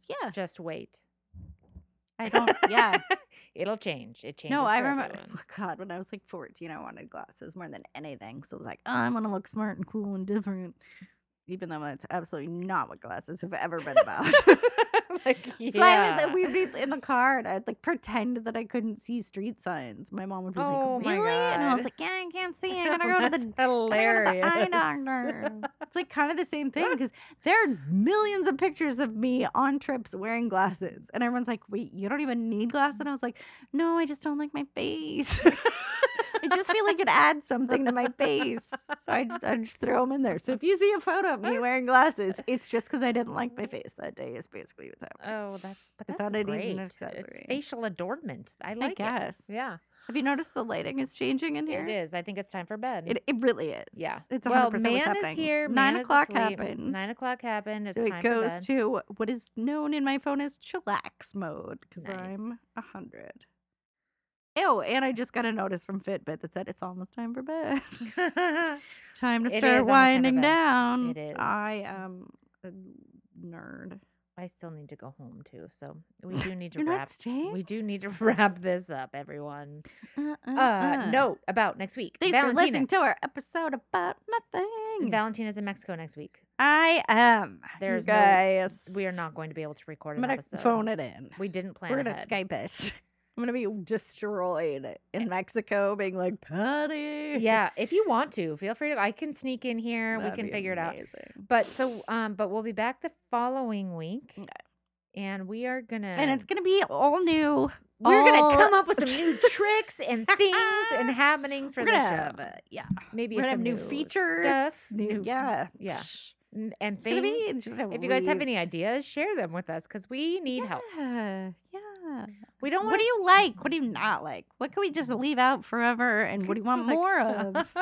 [SPEAKER 2] Yeah,
[SPEAKER 3] just wait.
[SPEAKER 2] I don't. Yeah,
[SPEAKER 3] It'll change. It changes.
[SPEAKER 2] no, I
[SPEAKER 3] for
[SPEAKER 2] remember.
[SPEAKER 3] everyone.
[SPEAKER 2] God, when I was like 14, I wanted glasses more than anything. So I was like, oh, I want to look smart and cool and different, even though that's absolutely not what glasses have ever been about.
[SPEAKER 3] like,
[SPEAKER 2] So I would,
[SPEAKER 3] yeah.
[SPEAKER 2] like, we would be in the car and I'd like pretend that I couldn't see street signs. My mom would be
[SPEAKER 3] Oh
[SPEAKER 2] like,
[SPEAKER 3] my
[SPEAKER 2] really? And I was
[SPEAKER 3] God.
[SPEAKER 2] like, yeah, I can't see. I gotta go to the,
[SPEAKER 3] That's
[SPEAKER 2] gotta go to the eye
[SPEAKER 3] hilarious.
[SPEAKER 2] doctor. it's like kind of the same thing because there are millions of pictures of me on trips wearing glasses. And everyone's like, wait, you don't even need glasses? And I was like, no, I just don't like my face. I just feel like it adds something to my face. So I just, I just throw them in there. So if you see a photo of me wearing glasses, it's just because I didn't like my face that day, is basically what's happening.
[SPEAKER 3] Oh, that's but
[SPEAKER 2] I
[SPEAKER 3] that's
[SPEAKER 2] thought I'd need
[SPEAKER 3] great.
[SPEAKER 2] an
[SPEAKER 3] It's
[SPEAKER 2] accessory.
[SPEAKER 3] facial adornment. I like
[SPEAKER 2] guess.
[SPEAKER 3] it. Yeah,
[SPEAKER 2] Have you noticed the lighting is changing in here?
[SPEAKER 3] it is. I think it's time for bed.
[SPEAKER 2] It, it really is.
[SPEAKER 3] Yeah.
[SPEAKER 2] It's 100%
[SPEAKER 3] well,
[SPEAKER 2] what's
[SPEAKER 3] man
[SPEAKER 2] happening.
[SPEAKER 3] is here.
[SPEAKER 2] Nine
[SPEAKER 3] man is
[SPEAKER 2] o'clock
[SPEAKER 3] asleep,
[SPEAKER 2] happens.
[SPEAKER 3] Nine o'clock happened. It's
[SPEAKER 2] so
[SPEAKER 3] time
[SPEAKER 2] it
[SPEAKER 3] for
[SPEAKER 2] goes
[SPEAKER 3] bed.
[SPEAKER 2] to what is known in my phone as chillax mode because I'm
[SPEAKER 3] Nice.
[SPEAKER 2] a hundred. Oh, and I just got a notice from Fitbit that said it's almost time for bed. time to
[SPEAKER 3] It is
[SPEAKER 2] start
[SPEAKER 3] almost time for
[SPEAKER 2] winding
[SPEAKER 3] bed.
[SPEAKER 2] down.
[SPEAKER 3] It is.
[SPEAKER 2] I am a nerd.
[SPEAKER 3] I still need to go home too, so we do need to
[SPEAKER 2] You're not
[SPEAKER 3] wrap.
[SPEAKER 2] staying?
[SPEAKER 3] We do need to wrap this up, everyone.
[SPEAKER 2] Uh, uh,
[SPEAKER 3] Uh, note about next week.
[SPEAKER 2] Thanks for
[SPEAKER 3] Valentina.
[SPEAKER 2] listening to our episode about nothing.
[SPEAKER 3] Valentina's in Mexico next week.
[SPEAKER 2] I am.
[SPEAKER 3] There's no-
[SPEAKER 2] guys.
[SPEAKER 3] We are not going to be able to record
[SPEAKER 2] I'm
[SPEAKER 3] an
[SPEAKER 2] gonna
[SPEAKER 3] episode.
[SPEAKER 2] phone it in.
[SPEAKER 3] We didn't plan
[SPEAKER 2] We're gonna
[SPEAKER 3] ahead.
[SPEAKER 2] Skype it. I'm gonna be destroyed in Mexico, being like Patty.
[SPEAKER 3] Yeah, if you want to, feel free to. I can sneak in here. we can figure it out. But so, um, but we'll be back the following week,
[SPEAKER 2] Okay.
[SPEAKER 3] and we are gonna
[SPEAKER 2] And it's gonna be all new.
[SPEAKER 3] we're
[SPEAKER 2] all-
[SPEAKER 3] gonna come up with some new tricks and things and happenings for
[SPEAKER 2] We're
[SPEAKER 3] the
[SPEAKER 2] gonna
[SPEAKER 3] show.
[SPEAKER 2] have, uh, yeah.
[SPEAKER 3] Maybe
[SPEAKER 2] We're gonna have
[SPEAKER 3] some
[SPEAKER 2] new, features.
[SPEAKER 3] stuff,
[SPEAKER 2] new, yeah,
[SPEAKER 3] yeah,
[SPEAKER 2] Psh,
[SPEAKER 3] n- and
[SPEAKER 2] It's gonna
[SPEAKER 3] things.
[SPEAKER 2] be just a
[SPEAKER 3] if you guys have
[SPEAKER 2] re-
[SPEAKER 3] any ideas, share them with us because we need help.
[SPEAKER 2] Yeah, yeah.
[SPEAKER 3] We don't
[SPEAKER 2] What
[SPEAKER 3] want
[SPEAKER 2] do you like? What do you not like? What can we just leave out forever? And what do you want more
[SPEAKER 3] uh,
[SPEAKER 2] of?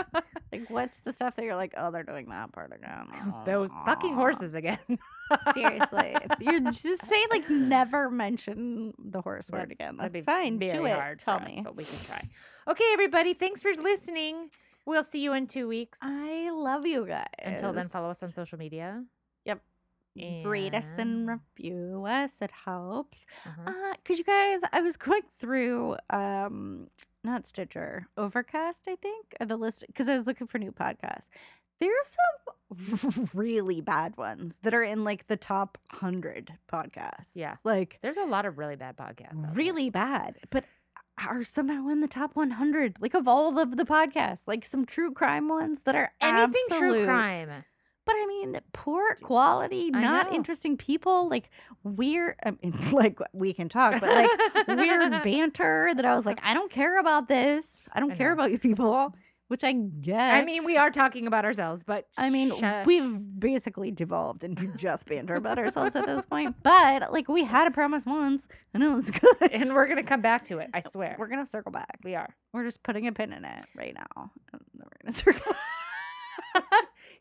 [SPEAKER 2] Like, what's the stuff that you're like, oh, they're doing that part again?
[SPEAKER 3] those fucking
[SPEAKER 2] Aw.
[SPEAKER 3] horses again.
[SPEAKER 2] Seriously, if you just say like never mention the horse
[SPEAKER 3] That-
[SPEAKER 2] word again. That's
[SPEAKER 3] That'd be
[SPEAKER 2] fine.
[SPEAKER 3] Very
[SPEAKER 2] Do it.
[SPEAKER 3] hard
[SPEAKER 2] Tell
[SPEAKER 3] for us,
[SPEAKER 2] me.
[SPEAKER 3] but we can try. Okay, everybody, thanks for listening. We'll see you in two weeks.
[SPEAKER 2] I love you guys.
[SPEAKER 3] Until then, follow us on social media.
[SPEAKER 2] Yep. Rate us and review us. It helps.
[SPEAKER 3] uh
[SPEAKER 2] Uh, Cause you guys, I was going through um not Stitcher, Overcast, I think, or the list because I was looking for new podcasts. There are some really bad ones that are in like the top hundred podcasts.
[SPEAKER 3] Yeah.
[SPEAKER 2] like
[SPEAKER 3] There's a lot of really bad podcasts. out there.
[SPEAKER 2] really bad, but are somehow in the top 100, like of all of the podcasts, like some true crime ones that are
[SPEAKER 3] anything true
[SPEAKER 2] absolute-
[SPEAKER 3] crime.
[SPEAKER 2] But I mean, the poor
[SPEAKER 3] Stupid.
[SPEAKER 2] quality,
[SPEAKER 3] I
[SPEAKER 2] not
[SPEAKER 3] know.
[SPEAKER 2] interesting people, like weird, I mean, like we can talk, but like weird banter that I was like, I don't care about this. I don't
[SPEAKER 3] I
[SPEAKER 2] care
[SPEAKER 3] know.
[SPEAKER 2] about you people, which I get.
[SPEAKER 3] I mean, we are talking about ourselves, but
[SPEAKER 2] I mean,
[SPEAKER 3] shush.
[SPEAKER 2] we've basically devolved into just banter about ourselves at this point. But like, we had a promise once, and it was good.
[SPEAKER 3] and we're gonna come back to it. I swear,
[SPEAKER 2] we're gonna circle back.
[SPEAKER 3] we are.
[SPEAKER 2] We're just putting a pin in it right now. And then We're gonna circle.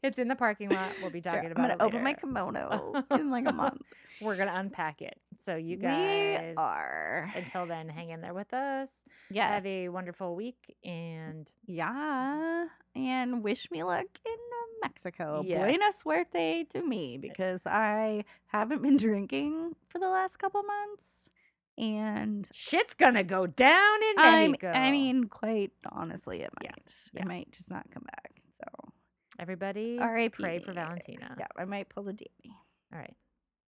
[SPEAKER 3] It's in the parking lot. We'll be
[SPEAKER 2] Sure,
[SPEAKER 3] talking
[SPEAKER 2] I'm
[SPEAKER 3] about
[SPEAKER 2] gonna
[SPEAKER 3] it. Later.
[SPEAKER 2] open my kimono in like a month.
[SPEAKER 3] We're gonna unpack it. So you
[SPEAKER 2] we
[SPEAKER 3] guys
[SPEAKER 2] are.
[SPEAKER 3] Until then, hang in there with us.
[SPEAKER 2] Yes.
[SPEAKER 3] Have a wonderful week and
[SPEAKER 2] Yeah. And wish me luck in uh, Mexico.
[SPEAKER 3] Yes. Eh
[SPEAKER 2] Buena suerte to me because I haven't been drinking for the last couple months. And
[SPEAKER 3] shit's gonna go down in
[SPEAKER 2] I'm,
[SPEAKER 3] Mexico.
[SPEAKER 2] I mean, quite honestly, it
[SPEAKER 3] Yeah,
[SPEAKER 2] might.
[SPEAKER 3] yeah.
[SPEAKER 2] It might just not come back. So,
[SPEAKER 3] everybody,
[SPEAKER 2] R.I.P.
[SPEAKER 3] pray for Valentina.
[SPEAKER 2] Yeah, I might pull a Danny.
[SPEAKER 3] All right.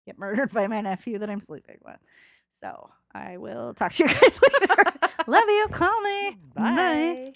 [SPEAKER 2] Get murdered by my nephew that I'm sleeping with. So, I will talk to you guys later. Love you. Call me.
[SPEAKER 3] Bye.